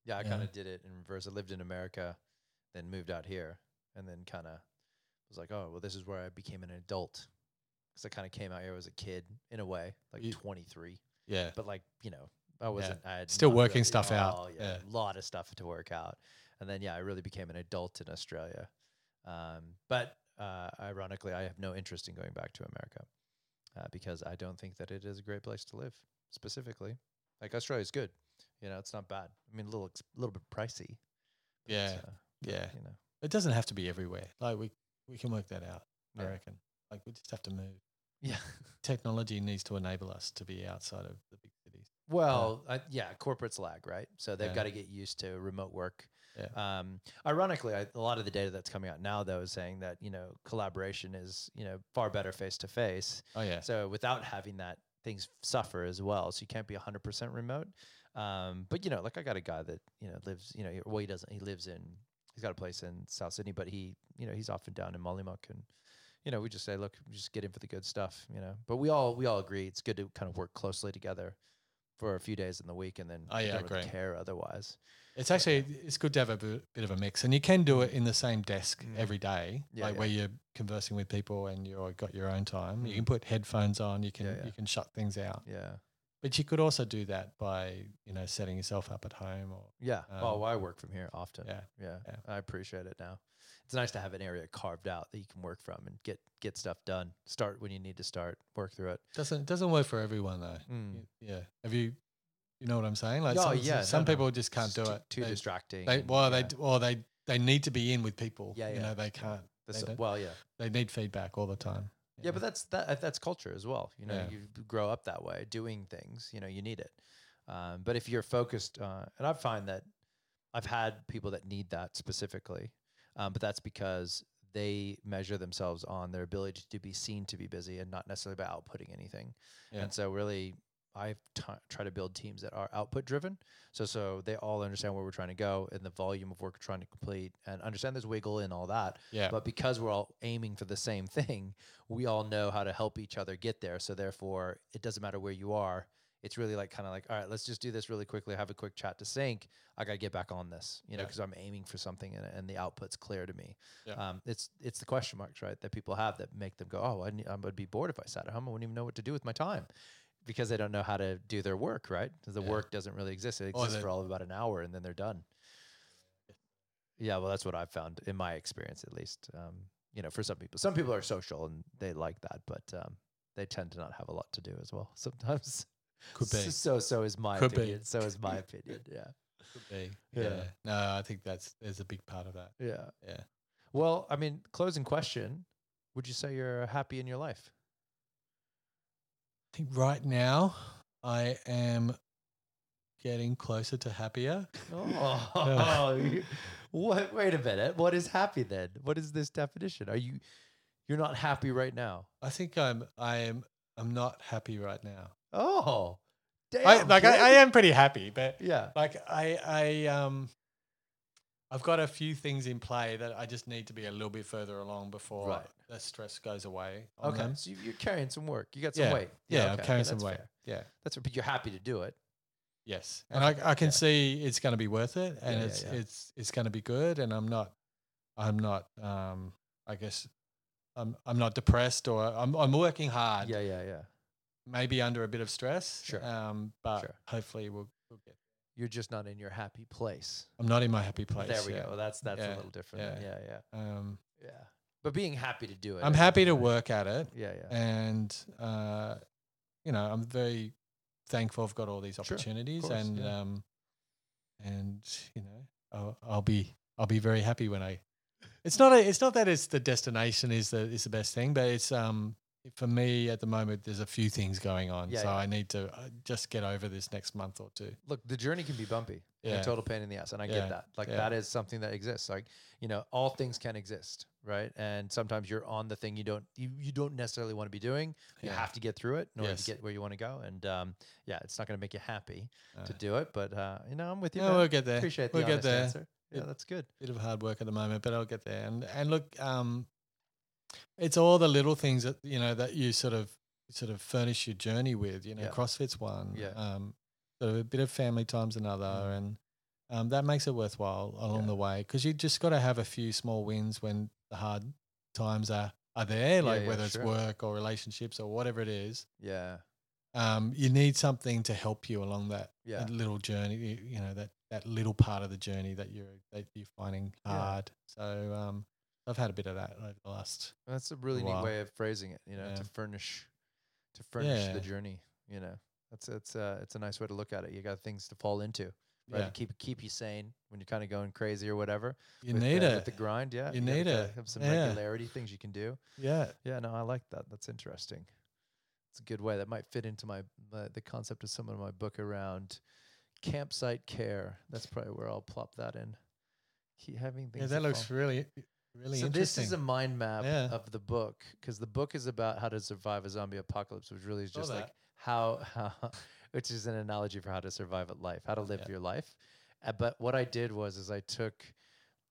A: Yeah, I
B: Yeah.
A: kind of did it in reverse. I lived in America, then moved out here, and then kind of was like, oh, well, this is where I became an adult. Because I kind of came out here as a kid in a way, like
B: Ye-
A: 23.
B: Yeah,
A: But like, you know, I wasn't. I had
B: Still
A: not
B: working
A: really-
B: stuff out,
A: oh, Yeah, a lot of stuff to work out. And then, yeah, I really became an adult in Australia. Um, but uh, ironically, I have no interest in going back to America uh, because I don't think that it is a great place to live specifically. Like, Australia's good. You know, it's not bad. I mean, a little, ex- little bit pricey. but,
B: Yeah.
A: uh,
B: yeah.
A: you know,
B: It doesn't have to be everywhere. Like we we can work that out. I
A: Yeah.
B: reckon. Like we just have to move.
A: yeah.
B: Technology needs to enable us to be outside of the big cities.
A: Well, uh, yeah, corporates lag, right? So they've
B: Yeah.
A: got to get used to remote work.
B: Yeah.
A: Um, ironically, I, a lot of the data that's coming out now, though, is saying that you know collaboration is you know far better face to face.
B: Oh yeah,
A: So without having that, things suffer as well. So you can't be 100% remote. Um, but you know, like I got a guy that you know lives, you know, well he doesn't, he lives in, he's got a place in South Sydney, but he, you know, he's often down in Mollymook and. You know, we just say, look, just get in for the good stuff. You know, but we all we all agree it's good to kind of work closely together for a few days in the week, and then
B: Oh,
A: you
B: yeah,
A: don't really
B: agree.
A: care otherwise.
B: it's actually it's good to have a bu- bit of a mix, and you can do it in the same desk
A: Mm.
B: every day,
A: Yeah,
B: like
A: yeah.
B: where you're conversing with people and you've got your own time. You
A: Mm.
B: can put headphones on. You can
A: yeah.
B: you can shut things out.
A: Yeah,
B: But you could also do that by, you know, setting yourself up at home or
A: yeah.
B: Um,
A: oh, I work from here often.
B: yeah.
A: yeah,
B: Yeah.
A: I appreciate it now. It's nice to have an area carved out that you can work from and get get stuff done. Start when you need to start. Work through it.
B: doesn't doesn't work for everyone though.
A: Mm.
B: Y- Yeah. Have you you know what I'm saying? Like
A: Oh,
B: some,
A: yeah,
B: some
A: no, no.
B: people just can't
A: It's
B: do
A: too,
B: it.
A: Too
B: they,
A: distracting.
B: they
A: and-
B: well
A: yeah,
B: they d- or they they need to be in with people.
A: Yeah,
B: You
A: yeah.
B: know, they can't
A: that's-
B: they don't-
A: well, yeah.
B: they need feedback all the time.
A: yeah, but that's that uh, that's culture as well. You know,
B: Yeah.
A: you grow up that way, doing things. You know, you need it. Um, but if you're focused, uh, and I find that I've had people that need that specifically, um, but that's because they measure themselves on their ability to be seen to be busy and not necessarily by outputting anything.
B: Yeah.
A: And so, really, I t- try to build teams that are output driven. So so they all understand where we're trying to go and the volume of work we're trying to complete and understand there's wiggle and all that.
B: Yeah.
A: But because we're all aiming for the same thing, we all know how to help each other get there. So therefore, it doesn't matter where you are. It's really like kind of like, all right, let's just do this really quickly. Have a quick chat to sync. I got to get back on this, you know,
B: Yeah.
A: because I'm aiming for something and, and the output's clear to me.
B: Yeah.
A: Um, it's it's the question marks, right, that people have that make them go, oh, I, ne- I would be bored if I sat at home. I wouldn't even know what to do with my time because they don't know how to do their work, right? 'Cause The
B: Yeah. Oh,
A: work doesn't really exist. It
B: Or
A: exists
B: they-
A: for all of about an hour and then they're done. Yeah, well, that's what I've found in my experience, at least. Um, you know, for some people, some people are social and they like that, but um, they tend to not have a lot to do as well sometimes.
B: could be.
A: So, so is my
B: Could be.
A: opinion. So is my opinion. Yeah.
B: Could be.
A: Yeah.
B: Yeah. No, I think that's there's a big part of that.
A: Yeah.
B: Yeah.
A: Well, I mean, closing question Would you say you're happy in your life?
B: I think right now I am getting closer to happier.
A: Oh, you- what? Wait a minute. What is happy then? What is this definition? Are you, you're not happy right now?
B: I think I'm I am I'm not happy right now.
A: Oh, damn.
B: I like I, I
A: kid.
B: am pretty happy, but
A: Yeah.
B: like I I um I've got a few things in play that I just need to be a little bit further along before
A: Right.
B: the stress goes away. on
A: Okay.
B: them.
A: So you- you're carrying some work. You got some weight.
B: Uh-huh. Yeah,
A: okay,
B: I'm carrying
A: okay,
B: some
A: that's
B: weight.
A: fair.
B: Yeah.
A: That's but you're happy to do it.
B: Yes. And
A: Okay,
B: I, I can
A: yeah.
B: see it's going to be worth it
A: Yeah,
B: and
A: yeah,
B: it's
A: yeah.
B: it's it's going to be good and I'm not I'm not um I guess I'm I'm not depressed or I'm I'm working hard.
A: Yeah, yeah, yeah.
B: Maybe under a bit of stress.
A: Sure.
B: Um but
A: Sure.
B: hopefully we'll we'll get
A: You're just not in your happy place.
B: I'm not in my happy place.
A: there we
B: yeah.
A: go. Well, that's that's a
B: Yeah,
A: little different. then. Yeah. yeah,
B: Um
A: yeah, But being happy to do it.
B: I'm
A: is
B: happy to
A: something, right?
B: work at it
A: Yeah, yeah.
B: and uh you know, I'm very thankful I've got all these
A: Sure, of
B: opportunities
A: course,
B: and
A: yeah.
B: um and you know, I'll, I'll be I'll be very happy when I It's not a, it's not that it's the destination is the is the best thing, but it's um for me at the moment there's a few things going on.
A: Yeah,
B: so
A: yeah.
B: I need to uh, just get over this next month or two.
A: Look, the journey can be bumpy. Yeah.
B: Yeah.
A: total pain in the ass, and I
B: Yeah,
A: get that. Like
B: yeah.
A: that is something that exists. Like you know, all things can exist, right? And sometimes you're on the thing you don't you, you don't necessarily want to be doing. You
B: Yeah.
A: have to get through it in order
B: Yes.
A: to get where you want to go. And um, yeah, it's not going to make you happy
B: Uh,
A: to do it, but uh, you know, I'm with you.
B: no,
A: man.
B: we'll get there.
A: Appreciate the
B: we'll get
A: honest
B: there.
A: answer. Yeah,
B: It-
A: that's good.
B: bit of hard work at the moment, but I'll get there. And and look, um, it's all the little things that you know that you sort of sort of furnish your journey with. You know,
A: Yeah.
B: CrossFit's one.
A: Yeah.
B: Um, sort of a bit of family time's another,
A: Mm.
B: and um, that makes it worthwhile along
A: Yeah.
B: the way because you just got to have a few small wins when the hard times are are there, like
A: yeah,
B: whether it's
A: sure.
B: work or relationships or whatever it is.
A: Yeah,
B: Um, you need something to help you along that
A: yeah.
B: that little journey, you, you know, that, that little part of the journey that you're that you're finding
A: Yeah.
B: hard. So um, I've had a bit of that over the last.
A: That's a really neat
B: Wow.
A: way of phrasing it. You know,
B: Yeah.
A: to furnish, to furnish the
B: Yeah.
A: journey. You know, that's it's uh, it's a nice way to look at it. You got things to fall into. Right,
B: Yeah,
A: to keep keep you sane when you're kind of going crazy or whatever.
B: you
A: with
B: need
A: the, with the
B: it.
A: grind. Yeah,
B: You
A: gotta-
B: need
A: gotta
B: it.
A: Have some
B: Yeah.
A: regularity, things you can do.
B: yeah,
A: Yeah, no, I like that. That's interesting. It's a good way that might fit into my my the concept of some of my book around campsite care. That's probably where I'll plop that in. Keep having things.
B: yeah. That looks
A: fall-
B: really, really
A: so this
B: interesting.
A: is a mind map
B: Yeah.
A: of the book because the book is about how to survive a zombie apocalypse, which really is
B: Saw
A: just like
B: that.
A: how, how, which is an analogy for how to survive at life, how to live
B: Oh, Yeah.
A: your life. Uh, but what I did was is I took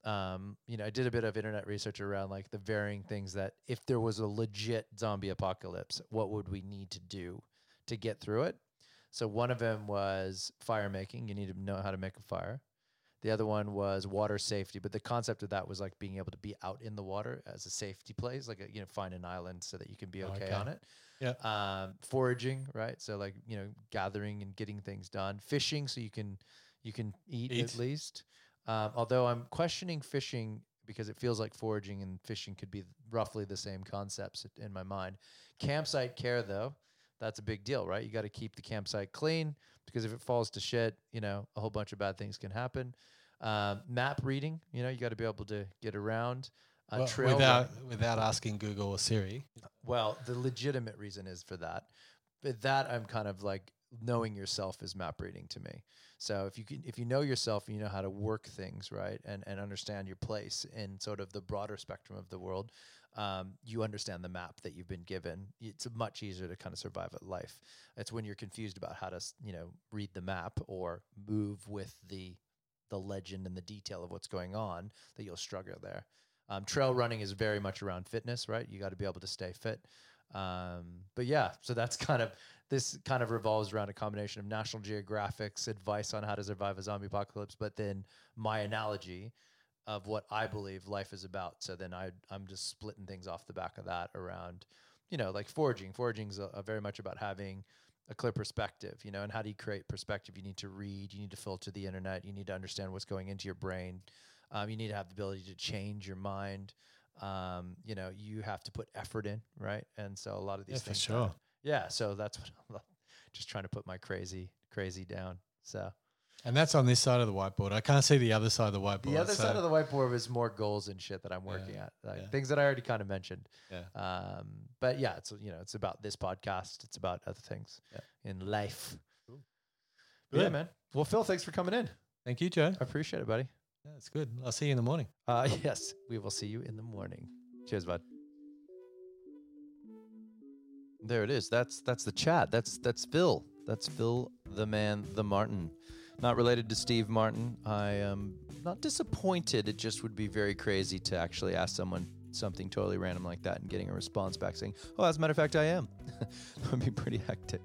A: um, you know, I did a bit of internet research around like the varying things that if there was a legit zombie apocalypse, what would we need to do to get through it? So one of them was fire making. You need to know how to make a fire. The other one was water safety, but the concept of that was like being able to be out in the water as a safety place, like a, you know, find an island so that you can be
B: Oh,
A: okay,
B: okay.
A: on it.
B: Yeah.
A: Um, foraging, right? So like you know, gathering and getting things done. Fishing, so you can you can eat, at
B: Eat.
A: least. Um, although I'm questioning fishing because it feels like foraging and fishing could be roughly the same concepts i- in my mind. Campsite care, though, that's a big deal, right? You got to keep the campsite clean because if it falls to shit, you know, a whole bunch of bad things can happen. Um, map reading, you know, you got to be able to get around. Uh,
B: Well,
A: trail
B: without
A: run-
B: without asking Google or Siri.
A: well, the legitimate reason is for that. But that I'm kind of like knowing yourself is map reading to me. So if you can, if you know yourself and you know how to work things right and and understand your place in sort of the broader spectrum of the world, um, you understand the map that you've been given. It's much easier to kind of survive at life. It's when you're confused about how to, s- you know, read the map or move with the the legend and the detail of what's going on that you'll struggle there. Um, trail running is very much around fitness, right? You got to be able to stay fit. Um, but yeah, so that's kind of this kind of revolves around a combination of National Geographic's advice on how to survive a zombie apocalypse, but then my analogy of what I believe life is about. So then I I'm just splitting things off the back of that around, you know, like foraging. Foraging's a, a very much about having a clear perspective, you know, and how do you create perspective? You need to read, you need to filter the internet, you need to understand what's going into your brain. Um, you need to have the ability to change your mind. Um, you know, you have to put effort in, right? And so a lot of these
B: Yeah, for
A: things that-
B: sure.
A: yeah, so that's what I'm just trying to put my crazy, crazy down. So
B: And that's on this side of the whiteboard. I can't see the other side of the whiteboard.
A: the other
B: so-
A: side of the whiteboard is more goals and shit that I'm working
B: Yeah,
A: at, like
B: yeah.
A: things that I already kind of mentioned.
B: Yeah.
A: Um, but yeah, it's you know, it's about this podcast. It's about other things
B: Yeah.
A: in life.
B: Cool.
A: But Yeah,
B: Good.
A: man. Well, Phil, thanks for coming in.
B: Thank you, Joe.
A: I appreciate it, buddy.
B: Yeah, it's good. I'll see you in the morning.
A: Uh, yes, we will see you in the morning. Cheers, bud. There it is. That's that's the chat. That's that's Phil. That's Phil, the man, the Martin. Not related to Steve Martin. I am not disappointed. It just would be very crazy to actually ask someone something totally random like that and getting a response back saying, "Oh, as a matter of fact, I am." that would be pretty hectic.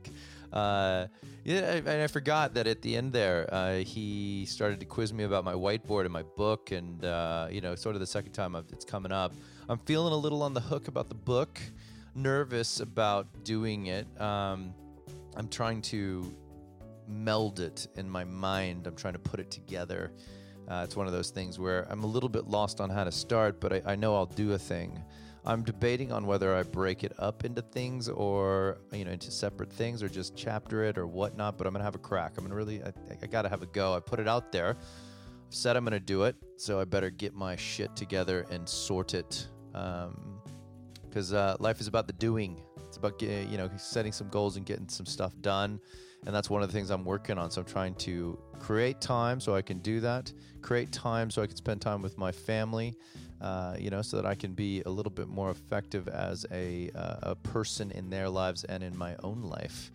A: Uh, yeah, I- and I forgot that at the end there, uh, he started to quiz me about my whiteboard and my book, and uh, you know, sort of the second time I've, it's coming up. I'm feeling a little on the hook about the book, nervous about doing it. Um, I'm trying to meld it in my mind. I'm trying to put it together. Uh, it's one of those things where I'm a little bit lost on how to start, but I, I know I'll do a thing. I'm debating on whether I break it up into things or, you know, into separate things or just chapter it or whatnot, but I'm going to have a crack. I'm going to really, I, I got to have a go. I put it out there, I've said I'm going to do it, so I better get my shit together and sort it. Um, because uh, life is about the doing. It's about ge- you know setting some goals and getting some stuff done, and that's one of the things I'm working on. So I'm trying to create time so I can do that. Create time so I can spend time with my family, uh, you know, so that I can be a little bit more effective as a uh, a person in their lives and in my own life.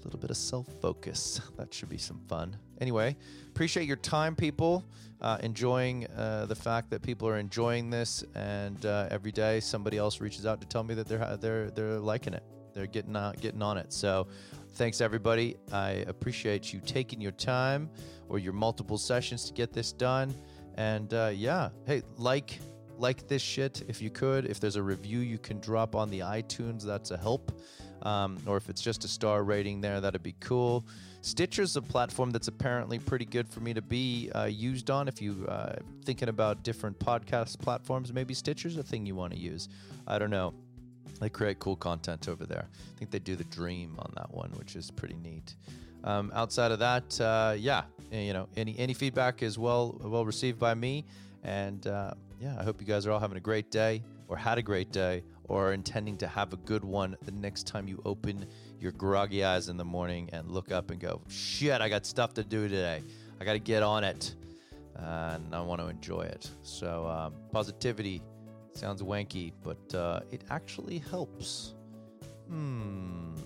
A: A little bit of self focus. That should be some fun. Anyway, appreciate your time, people. Uh, enjoying uh, the fact that people are enjoying this, and uh, every day somebody else reaches out to tell me that they're they're they're liking it. They're getting out, getting on it. So, thanks everybody. I appreciate you taking your time or your multiple sessions to get this done. And uh, yeah, hey, like like this shit if you could. If there's a review you can drop on the iTunes, that's a help. Um, or if it's just a star rating there, that'd be cool. Stitcher's a platform that's apparently pretty good for me to be uh, used on. If you uh, thinking about different podcast platforms, maybe Stitcher's a thing you want to use. I don't know. They create cool content over there. I think they do the dream on that one, which is pretty neat. Um, outside of that, uh, yeah, you know, any any feedback is well well received by me, and uh, yeah, I hope you guys are all having a great day, or had a great day, or are intending to have a good one the next time you open your groggy eyes in the morning and look up and go, shit, I got stuff to do today. I got to get on it, uh, and I want to enjoy it. So um, positivity sounds wanky, but uh, it actually helps. Hmm.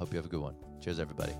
A: Hope you have a good one. Cheers, everybody.